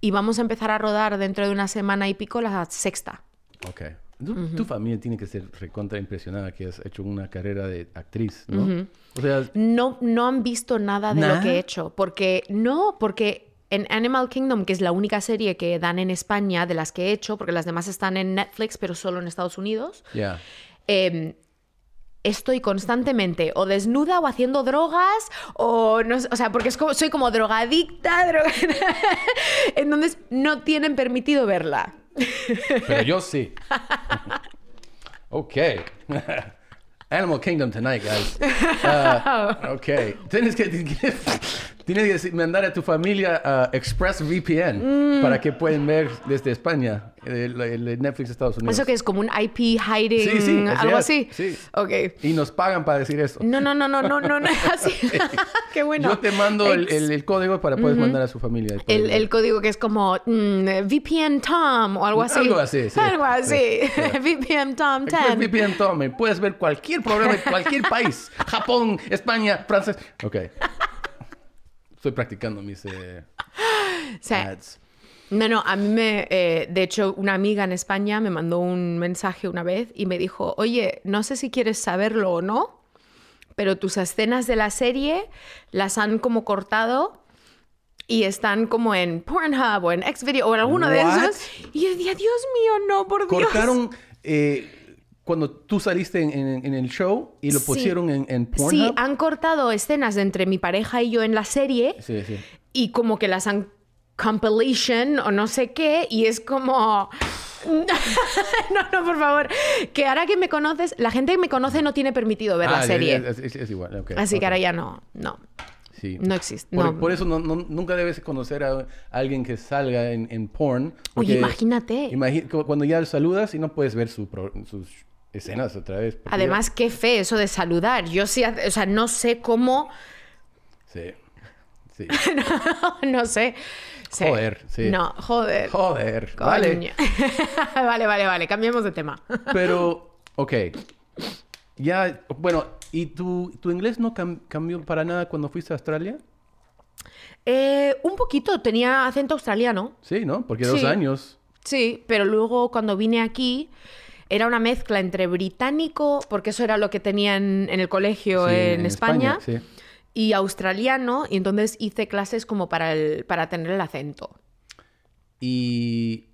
Speaker 2: y vamos a empezar a rodar dentro de una semana y pico la sexta.
Speaker 1: Ok. Tu, tu familia tiene que ser recontra impresionada que has hecho una carrera de actriz, ¿no? O sea,
Speaker 2: No, no han visto nada de
Speaker 1: ¿Nada?
Speaker 2: lo que he hecho. Porque, no, porque en Animal Kingdom, que es la única serie que dan en España de las que he hecho, porque las demás están en Netflix, pero solo en Estados Unidos,
Speaker 1: ya.
Speaker 2: eh, estoy constantemente o desnuda o haciendo drogas o no sé, o sea, porque es como, soy como drogadicta, droga... entonces no tienen permitido verla.
Speaker 1: Pero yo sí. okay. Animal Kingdom tonight, guys. Uh, ok. Tienes que, tienes que decir- mandar a tu familia a
Speaker 2: Mm.
Speaker 1: ExpressVPN para que puedan ver desde España el, el Netflix de Estados Unidos.
Speaker 2: Eso que es como un IP hiding,
Speaker 1: Sí, sí, así
Speaker 2: algo
Speaker 1: es,
Speaker 2: así.
Speaker 1: sí.
Speaker 2: Ok.
Speaker 1: Y nos pagan para decir eso.
Speaker 2: No, no, no, no, no, no, no es así. Qué bueno.
Speaker 1: Yo te mando el,
Speaker 2: Ex-
Speaker 1: el- el código para poder mandar a su familia. y
Speaker 2: el-
Speaker 1: poder-
Speaker 2: el código que es como mm, eh, VPN Tom o algo así.
Speaker 1: Algo así, sí.
Speaker 2: Algo así.
Speaker 1: Sí, sí.
Speaker 2: VPN Tom 10.
Speaker 1: ExpressVPN, tome. Puedes ver cualquier programa de cualquier país. Japón, España, Francia. Ok. Estoy practicando mis eh,
Speaker 2: O sea,
Speaker 1: ads.
Speaker 2: No, no, a mí me... eh, de hecho, una amiga en España me mandó un mensaje una vez y me dijo, oye, no sé si quieres saberlo o no, pero tus escenas de la serie las han como cortado y están como en Pornhub o en Xvideo o en alguno de
Speaker 1: What?
Speaker 2: esos. Y yo decía, Dios mío, no, por Dios.
Speaker 1: Cortaron eh, cuando tú saliste en, en- en el show y lo
Speaker 2: Sí.
Speaker 1: pusieron en, en Pornhub.
Speaker 2: Sí, ah, han cortado escenas de entre mi pareja y yo en la serie
Speaker 1: sí, sí.
Speaker 2: y como que las han compilation o no sé qué y es como no no por favor que ahora que me conoces la gente que me conoce no tiene permitido ver
Speaker 1: Ah,
Speaker 2: la
Speaker 1: es-
Speaker 2: serie
Speaker 1: Es, es- es igual. ok,
Speaker 2: así
Speaker 1: ok.
Speaker 2: que ahora ya no no
Speaker 1: Sí.
Speaker 2: no existe
Speaker 1: Por,
Speaker 2: no.
Speaker 1: por eso no- no- nunca debes conocer a, alguien que salga en, en porn. porque-
Speaker 2: oye imagínate
Speaker 1: imagi- cu- cuando ya lo saludas y no puedes ver su pro- sus escenas otra vez. porque ya-
Speaker 2: además qué fe eso de saludar yo sí hace- o sea no sé cómo
Speaker 1: Sí. Sí.
Speaker 2: no sé Sí.
Speaker 1: Joder, sí.
Speaker 2: no joder
Speaker 1: Joder.
Speaker 2: Coño.
Speaker 1: Vale.
Speaker 2: vale vale vale cambiemos de tema
Speaker 1: Pero, ok. Ya, bueno, ¿y tu, tu inglés no cam- cambió para nada cuando fuiste a Australia?
Speaker 2: Eh, un poquito tenía acento australiano
Speaker 1: Sí, ¿no? Porque dos
Speaker 2: Sí.
Speaker 1: años.
Speaker 2: Sí, pero luego cuando vine aquí era una mezcla entre británico, porque eso era lo que tenían en el colegio
Speaker 1: Sí,
Speaker 2: en, España,
Speaker 1: sí.
Speaker 2: y australiano, y entonces hice clases como para, el, para tener el acento.
Speaker 1: ¿Y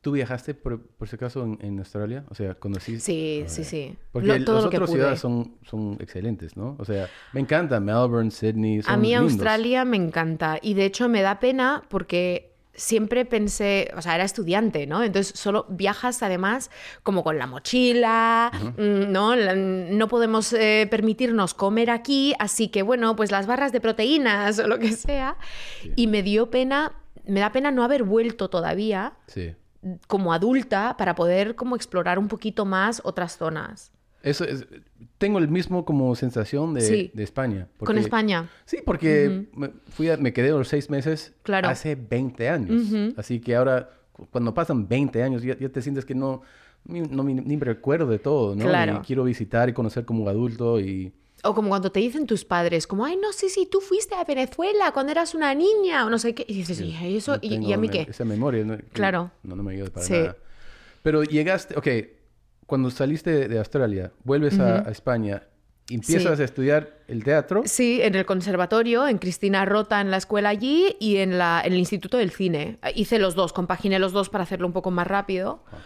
Speaker 1: tú viajaste por, por si acaso en, en Australia? O sea, conociste.
Speaker 2: Sí,
Speaker 1: Ok.
Speaker 2: sí, sí.
Speaker 1: Porque
Speaker 2: Lo-
Speaker 1: el-
Speaker 2: todo
Speaker 1: las
Speaker 2: lo que
Speaker 1: otras
Speaker 2: pude.
Speaker 1: ciudades son, son excelentes, ¿no? O sea, me encanta Melbourne, Sydney. Son
Speaker 2: A mí
Speaker 1: lindos.
Speaker 2: Australia me encanta, y de hecho me da pena porque siempre pensé, o sea, era estudiante, ¿no? Entonces solo viajas además como con la mochila, mm, ¿no? La- no podemos eh, permitirnos comer aquí, así que bueno, pues las barras de proteínas o lo que sea. Y me dio pena, me da pena no haber vuelto todavía
Speaker 1: Sí.
Speaker 2: como adulta para poder como explorar un poquito más otras zonas.
Speaker 1: Eso es, tengo el mismo como sensación de,
Speaker 2: Sí.
Speaker 1: de España.
Speaker 2: Con
Speaker 1: porque-
Speaker 2: España.
Speaker 1: Sí, porque me, fui a- me quedé los seis meses
Speaker 2: Claro.
Speaker 1: hace 20 años. Así que ahora, cu- cuando pasan 20 años, ya, ya te sientes que no, ni, no ni- ni recuerdo de todo, ¿no?
Speaker 2: Claro.
Speaker 1: Y quiero visitar y conocer como adulto y...
Speaker 2: O como cuando te dicen tus padres, como, ay, no, sí, sí, tú fuiste a Venezuela cuando eras una niña, o no sé qué. Y dices, "Hija, ¿y eso?
Speaker 1: no
Speaker 2: ¿Y,
Speaker 1: tengo
Speaker 2: y a mí
Speaker 1: me-
Speaker 2: qué?
Speaker 1: Esa memoria. ¿no? Que
Speaker 2: Claro.
Speaker 1: No, no me ayuda para
Speaker 2: Sí.
Speaker 1: nada. Pero llegaste, ok, cuando saliste de, de Australia, vuelves a- a, España, empiezas
Speaker 2: Sí.
Speaker 1: a estudiar el teatro.
Speaker 2: Sí, en el conservatorio, en Cristina Rota, en la escuela allí, y en, la, en el Instituto del Cine. Hice los dos, compaginé los dos para hacerlo un poco más rápido.
Speaker 1: Ah.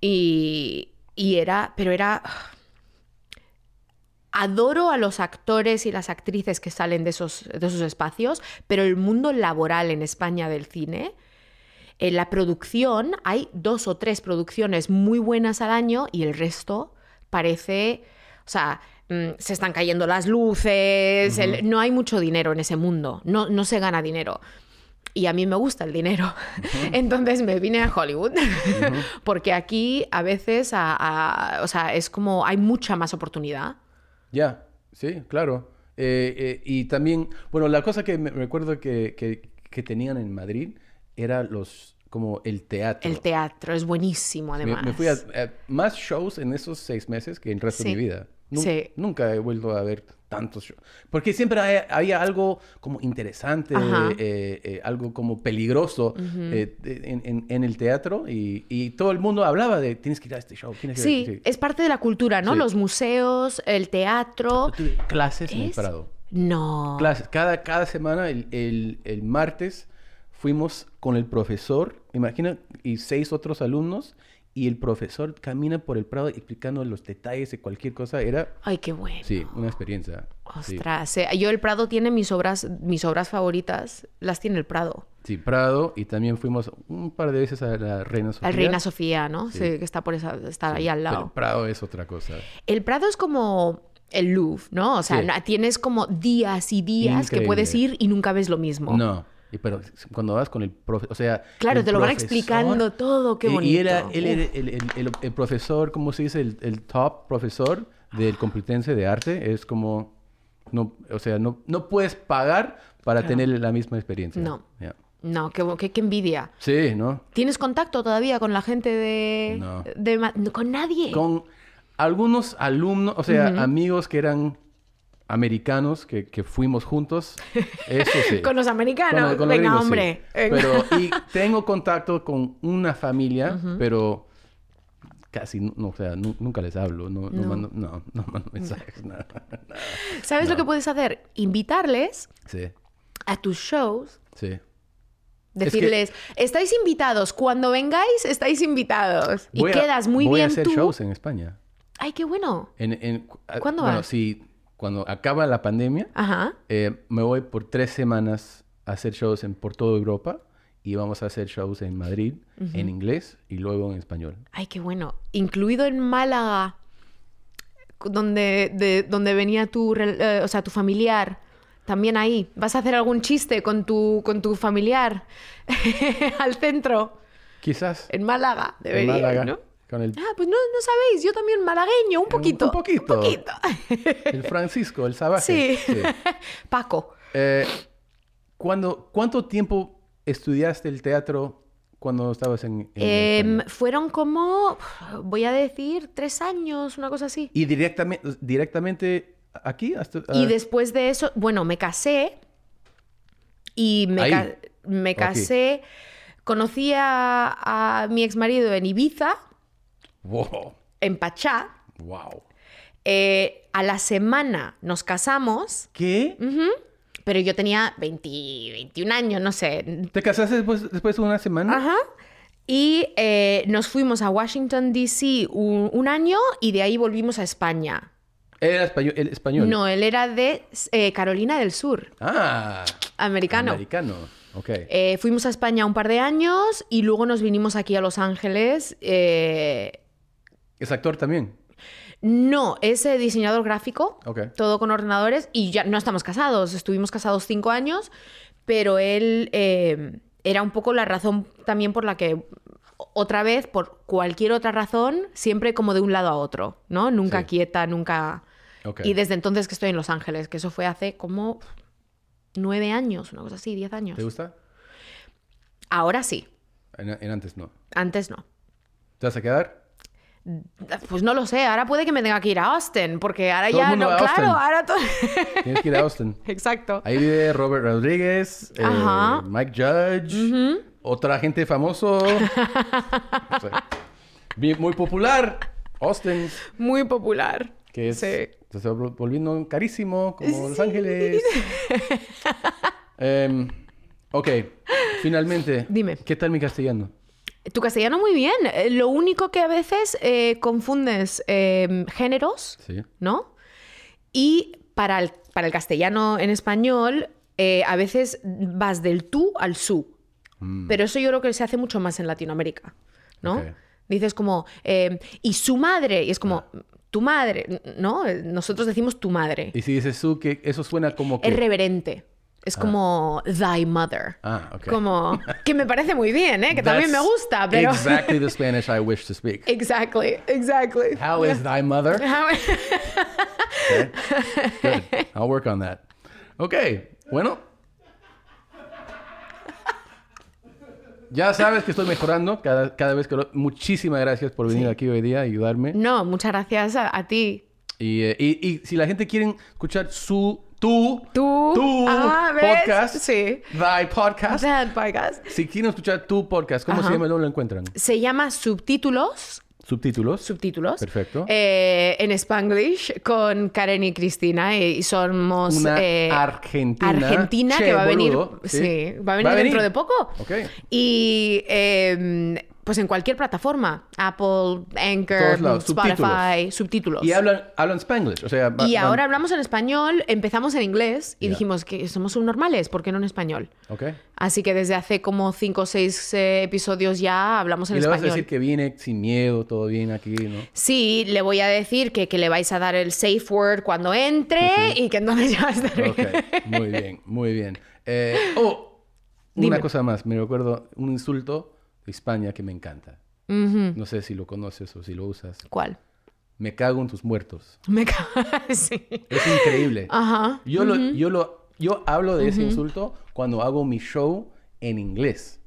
Speaker 2: Y, y era, pero era... Adoro a los actores y las actrices que salen de esos, de esos espacios, pero el mundo laboral en España del cine, en la producción, hay dos o tres producciones muy buenas al año y el resto parece, o sea, mm, se están cayendo las luces, el- no hay mucho dinero en ese mundo, no, no se gana dinero. Y a mí me gusta el dinero. Entonces me vine a Hollywood. Porque aquí a veces, a- a- o sea, es como hay mucha más oportunidad.
Speaker 1: Ya, sí, claro. Eh, eh, y también, bueno, la cosa que me recuerdo que, que- que tenían en Madrid era los, como el teatro.
Speaker 2: El teatro es buenísimo,
Speaker 1: Me,
Speaker 2: además.
Speaker 1: me fui a, a más shows en esos seis meses que el resto de
Speaker 2: Sí.
Speaker 1: mi vida. Nu-
Speaker 2: Sí.
Speaker 1: Nunca he vuelto a ver tantos shows. Porque siempre hay- había algo como interesante,
Speaker 2: Ajá.
Speaker 1: eh, eh, algo como peligroso eh, en, en- en el teatro y, y todo el mundo hablaba de, tienes que ir a este show, tienes que ir a
Speaker 2: Sí,
Speaker 1: este-".
Speaker 2: es parte de la cultura, ¿no?
Speaker 1: Sí.
Speaker 2: Los museos, el teatro.
Speaker 1: Yo tuve clases en el
Speaker 2: Es-
Speaker 1: Prado.
Speaker 2: No.
Speaker 1: clases. Cada, cada semana, el, el- el martes, fuimos con el profesor, imagina, y seis otros alumnos, y el profesor camina por el Prado explicando los detalles de cualquier cosa. Era,
Speaker 2: Ay, qué bueno.
Speaker 1: sí, una experiencia. Sí.
Speaker 2: Ostras, eh, yo el Prado tiene mis obras, mis obras favoritas, las tiene el Prado.
Speaker 1: Sí, Prado y también fuimos un par de veces a la Reina Sofía.
Speaker 2: La Reina Sofía, ¿no?
Speaker 1: Sí.
Speaker 2: Sí. que está por esa, está ahí
Speaker 1: Sí,
Speaker 2: al lado.
Speaker 1: pero Prado es otra cosa.
Speaker 2: El Prado es como el Louvre, ¿no? O sea,
Speaker 1: Sí.
Speaker 2: na- tienes como días y días
Speaker 1: Increíble.
Speaker 2: que puedes ir y nunca ves lo mismo.
Speaker 1: No. Y pero cuando vas con el profe, o sea,
Speaker 2: Claro,
Speaker 1: el
Speaker 2: te lo van
Speaker 1: profesor-
Speaker 2: explicando todo, Oh, qué
Speaker 1: Y- Y era,
Speaker 2: bonito.
Speaker 1: él era el, el- el- el profesor, ¿cómo se dice? El, el top profesor del Complutense de Arte. Es como, no, o sea, no, no puedes pagar para tener la misma experiencia.
Speaker 2: No.
Speaker 1: Ya.
Speaker 2: No, qué, bo- qué- qué envidia.
Speaker 1: Sí, ¿no?
Speaker 2: ¿Tienes contacto todavía con la gente de...
Speaker 1: No.
Speaker 2: de Ma- no, con nadie?
Speaker 1: Con algunos alumnos, o sea, amigos que eran americanos, que, que fuimos juntos. Eso sí.
Speaker 2: Con los americanos.
Speaker 1: Con- con los
Speaker 2: Venga,
Speaker 1: gringos, sí.
Speaker 2: hombre. Venga.
Speaker 1: Pero, y tengo contacto con una familia, pero casi, no, no, o sea, nu- nunca les hablo. No, no,
Speaker 2: No.
Speaker 1: mando, no, no mando mensajes, nada.
Speaker 2: ¿Sabes lo que puedes hacer? Invitarles
Speaker 1: Sí,
Speaker 2: a tus shows.
Speaker 1: sí. que-
Speaker 2: Decirles, estáis invitados, cuando vengáis estáis invitados.
Speaker 1: Voy
Speaker 2: y
Speaker 1: a-
Speaker 2: quedas muy
Speaker 1: Voy
Speaker 2: bien
Speaker 1: a hacer
Speaker 2: tú.
Speaker 1: shows en España.
Speaker 2: Ay, qué bueno.
Speaker 1: En, en- a-
Speaker 2: ¿Cuándo
Speaker 1: bueno,
Speaker 2: vas?
Speaker 1: si cuando acaba la pandemia,
Speaker 2: Ajá.
Speaker 1: eh, me voy por tres semanas a hacer shows en, por toda Europa y vamos a hacer shows en Madrid, en inglés y luego en español.
Speaker 2: Ay, qué bueno. Incluido en Málaga, donde, de- donde venía tu, rel- eh, o sea, tu familiar. También ahí. ¿Vas a hacer algún chiste con tu, con tu familiar al centro?
Speaker 1: Quizás
Speaker 2: En Málaga,
Speaker 1: en
Speaker 2: Eh, debería,
Speaker 1: Málaga,
Speaker 2: ¿no?
Speaker 1: con el
Speaker 2: Ah, pues no, no sabéis. Yo también malagueño, un poquito.
Speaker 1: un poquito.
Speaker 2: Un poquito.
Speaker 1: El Francisco, el Sabaje.
Speaker 2: sí. Paco.
Speaker 1: Eh, ¿cuándo- ¿Cuánto tiempo estudiaste el teatro cuando estabas en... en
Speaker 2: Em,
Speaker 1: España?
Speaker 2: fueron como, voy a decir, tres años, una cosa así.
Speaker 1: ¿Y directamente, directamente aquí? Hasta-
Speaker 2: Y
Speaker 1: ah,
Speaker 2: después de eso, bueno, me casé y me,
Speaker 1: Ahí.
Speaker 2: ca- me
Speaker 1: Ok.
Speaker 2: casé. Conocí a, a mi ex marido en Ibiza,
Speaker 1: Wow,
Speaker 2: en Pachá.
Speaker 1: wow.
Speaker 2: Eh, a la semana nos casamos,
Speaker 1: ¿Qué?
Speaker 2: pero yo tenía 20, 21 años, no sé.
Speaker 1: ¿Te casaste después, después de una semana?
Speaker 2: Ajá. Y eh, nos fuimos a Washington, D.C. Un, un año y de ahí volvimos a España.
Speaker 1: Era español. El español.
Speaker 2: No, él era de eh, Carolina del Sur,
Speaker 1: Ah.
Speaker 2: americano.
Speaker 1: Americano. Ok.
Speaker 2: Eh, fuimos a España un par de años y luego nos vinimos aquí a Los Ángeles. Eh,
Speaker 1: ¿Es actor también?
Speaker 2: no, es eh, diseñador gráfico,
Speaker 1: Ok.
Speaker 2: todo con ordenadores y ya no estamos casados. Estuvimos casados cinco años, pero él eh, era un poco la razón también por la que otra vez, por cualquier otra razón, siempre como de un lado a otro, ¿no? Nunca
Speaker 1: Sí.
Speaker 2: quieta, nunca...
Speaker 1: Ok.
Speaker 2: Y desde entonces que estoy en Los Ángeles, que eso fue hace como nueve años, una cosa así, diez años.
Speaker 1: ¿Te gusta?
Speaker 2: Ahora sí,
Speaker 1: En, en antes no.
Speaker 2: antes no.
Speaker 1: ¿Te vas a quedar?
Speaker 2: Pues no lo sé, ahora puede que me tenga que ir a Austin, porque ahora
Speaker 1: Todo el
Speaker 2: ya
Speaker 1: mundo
Speaker 2: no,
Speaker 1: va a
Speaker 2: claro,
Speaker 1: Austin.
Speaker 2: ahora todo.
Speaker 1: Tienes que ir a Austin.
Speaker 2: Exacto.
Speaker 1: Ahí vive Robert Rodríguez, eh,
Speaker 2: Ajá.
Speaker 1: Mike Judge, otra gente famoso. O sea, bien- muy popular, Austin,
Speaker 2: Muy popular.
Speaker 1: que es,
Speaker 2: Sí.
Speaker 1: se está vol- volviendo carísimo, como Los Ángeles. Em, ok, finalmente.
Speaker 2: Dime.
Speaker 1: ¿Qué tal mi castellano?
Speaker 2: Tu castellano muy bien. eh, Lo único que a veces eh, confundes eh, géneros,
Speaker 1: Sí.
Speaker 2: ¿no? Y para el, para el castellano en español, eh, a veces vas del tú al su. Pero eso yo creo que se hace mucho más en Latinoamérica, ¿no?
Speaker 1: Mm. Ok.
Speaker 2: Dices como, eh, y su madre, y es como, tu madre, n- ¿no? Eh, Nosotros decimos tu madre.
Speaker 1: Y si dices tú que eso suena como que...
Speaker 2: Es reverente. Es como thy mother.
Speaker 1: Ah, ok.
Speaker 2: Como, que me parece muy bien, ¿eh? Que también me
Speaker 1: That's
Speaker 2: gusta, pero...
Speaker 1: Exactly the Spanish I wish to speak.
Speaker 2: exactly, exactly.
Speaker 1: How is thy mother? Okay. Good. I'll work on that. Okay. Bueno. Ya sabes que estoy mejorando cada, cada vez que lo... Muchísimas gracias por venir aquí hoy día a ayudarme.
Speaker 2: no, muchas gracias a, a ti.
Speaker 1: Y, eh, y- y si la gente quiere escuchar su... Tu...
Speaker 2: Tú.
Speaker 1: Tu
Speaker 2: Ah, ¿ves?
Speaker 1: podcast.
Speaker 2: Sí.
Speaker 1: Thy podcast.
Speaker 2: That podcast.
Speaker 1: Si quieren escuchar tu podcast, ¿cómo
Speaker 2: Ajá.
Speaker 1: se llama? ¿Dónde lo encuentran?
Speaker 2: Se llama Subtítulos.
Speaker 1: Subtítulos.
Speaker 2: Subtítulos.
Speaker 1: Perfecto.
Speaker 2: eh, en Spanglish con Karen y Cristina. Y somos.
Speaker 1: Una
Speaker 2: eh,
Speaker 1: argentina.
Speaker 2: Argentina
Speaker 1: Che,
Speaker 2: que va a venir.
Speaker 1: boludo.
Speaker 2: Sí.
Speaker 1: Sí.
Speaker 2: va a venir
Speaker 1: Va a
Speaker 2: dentro
Speaker 1: venir.
Speaker 2: de poco.
Speaker 1: Ok.
Speaker 2: Y eh, pues en cualquier plataforma. Apple,
Speaker 1: Todos
Speaker 2: Anchor,
Speaker 1: lados,
Speaker 2: Spotify, subtítulos.
Speaker 1: Y hablan, hablan spanglish. O sea, va-
Speaker 2: Y
Speaker 1: van-
Speaker 2: ahora hablamos en español, empezamos en inglés y
Speaker 1: Ya.
Speaker 2: dijimos que somos subnormales, ¿por qué no en español?
Speaker 1: Ok.
Speaker 2: Así que desde hace como cinco o seis eh, episodios ya hablamos
Speaker 1: Y
Speaker 2: en
Speaker 1: le vas a
Speaker 2: español.
Speaker 1: decir que vine sin miedo, todo bien aquí, ¿no?
Speaker 2: Sí, le voy a decir que, que le vais a dar el safe word cuando entre y que entonces ya va a estar bien.
Speaker 1: Ok, muy bien, muy bien. Eh, oh, una
Speaker 2: Dime.
Speaker 1: cosa más, me recuerdo un insulto de España que me encanta. No sé si lo conoces o si lo usas.
Speaker 2: ¿Cuál?
Speaker 1: Me cago en tus muertos.
Speaker 2: Me cago. sí.
Speaker 1: Es increíble.
Speaker 2: Ajá.
Speaker 1: Yo, lo, yo, lo, yo hablo de ese insulto cuando hago mi show en inglés.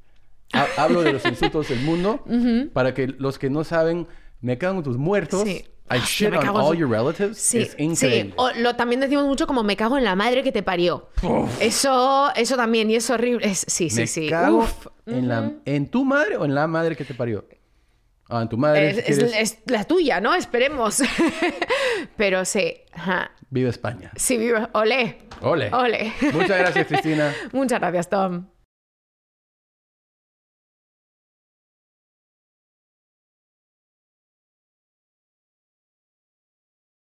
Speaker 1: Ha- hablo de los insultos del mundo para que los que no saben, me cago en tus muertos.
Speaker 2: Sí.
Speaker 1: I
Speaker 2: Yo
Speaker 1: shit
Speaker 2: me
Speaker 1: on
Speaker 2: cago en
Speaker 1: all
Speaker 2: su-
Speaker 1: your relatives.
Speaker 2: Sí,
Speaker 1: es
Speaker 2: sí.
Speaker 1: increíble.
Speaker 2: O lo, también decimos mucho como me cago en la madre que te parió. Eso, eso también, y es horrible. Es- sí, sí,
Speaker 1: me
Speaker 2: sí.
Speaker 1: cago
Speaker 2: Uf.
Speaker 1: en, la, en tu madre o en la madre que te parió. Ah, en tu madre.
Speaker 2: Es,
Speaker 1: si
Speaker 2: es-
Speaker 1: quieres,
Speaker 2: es la tuya, ¿no? Esperemos. Pero sí. Ajá.
Speaker 1: Viva España.
Speaker 2: Sí, viva. Olé.
Speaker 1: Ole.
Speaker 2: Ole.
Speaker 1: Muchas gracias, Cristina.
Speaker 2: Muchas gracias, Tom.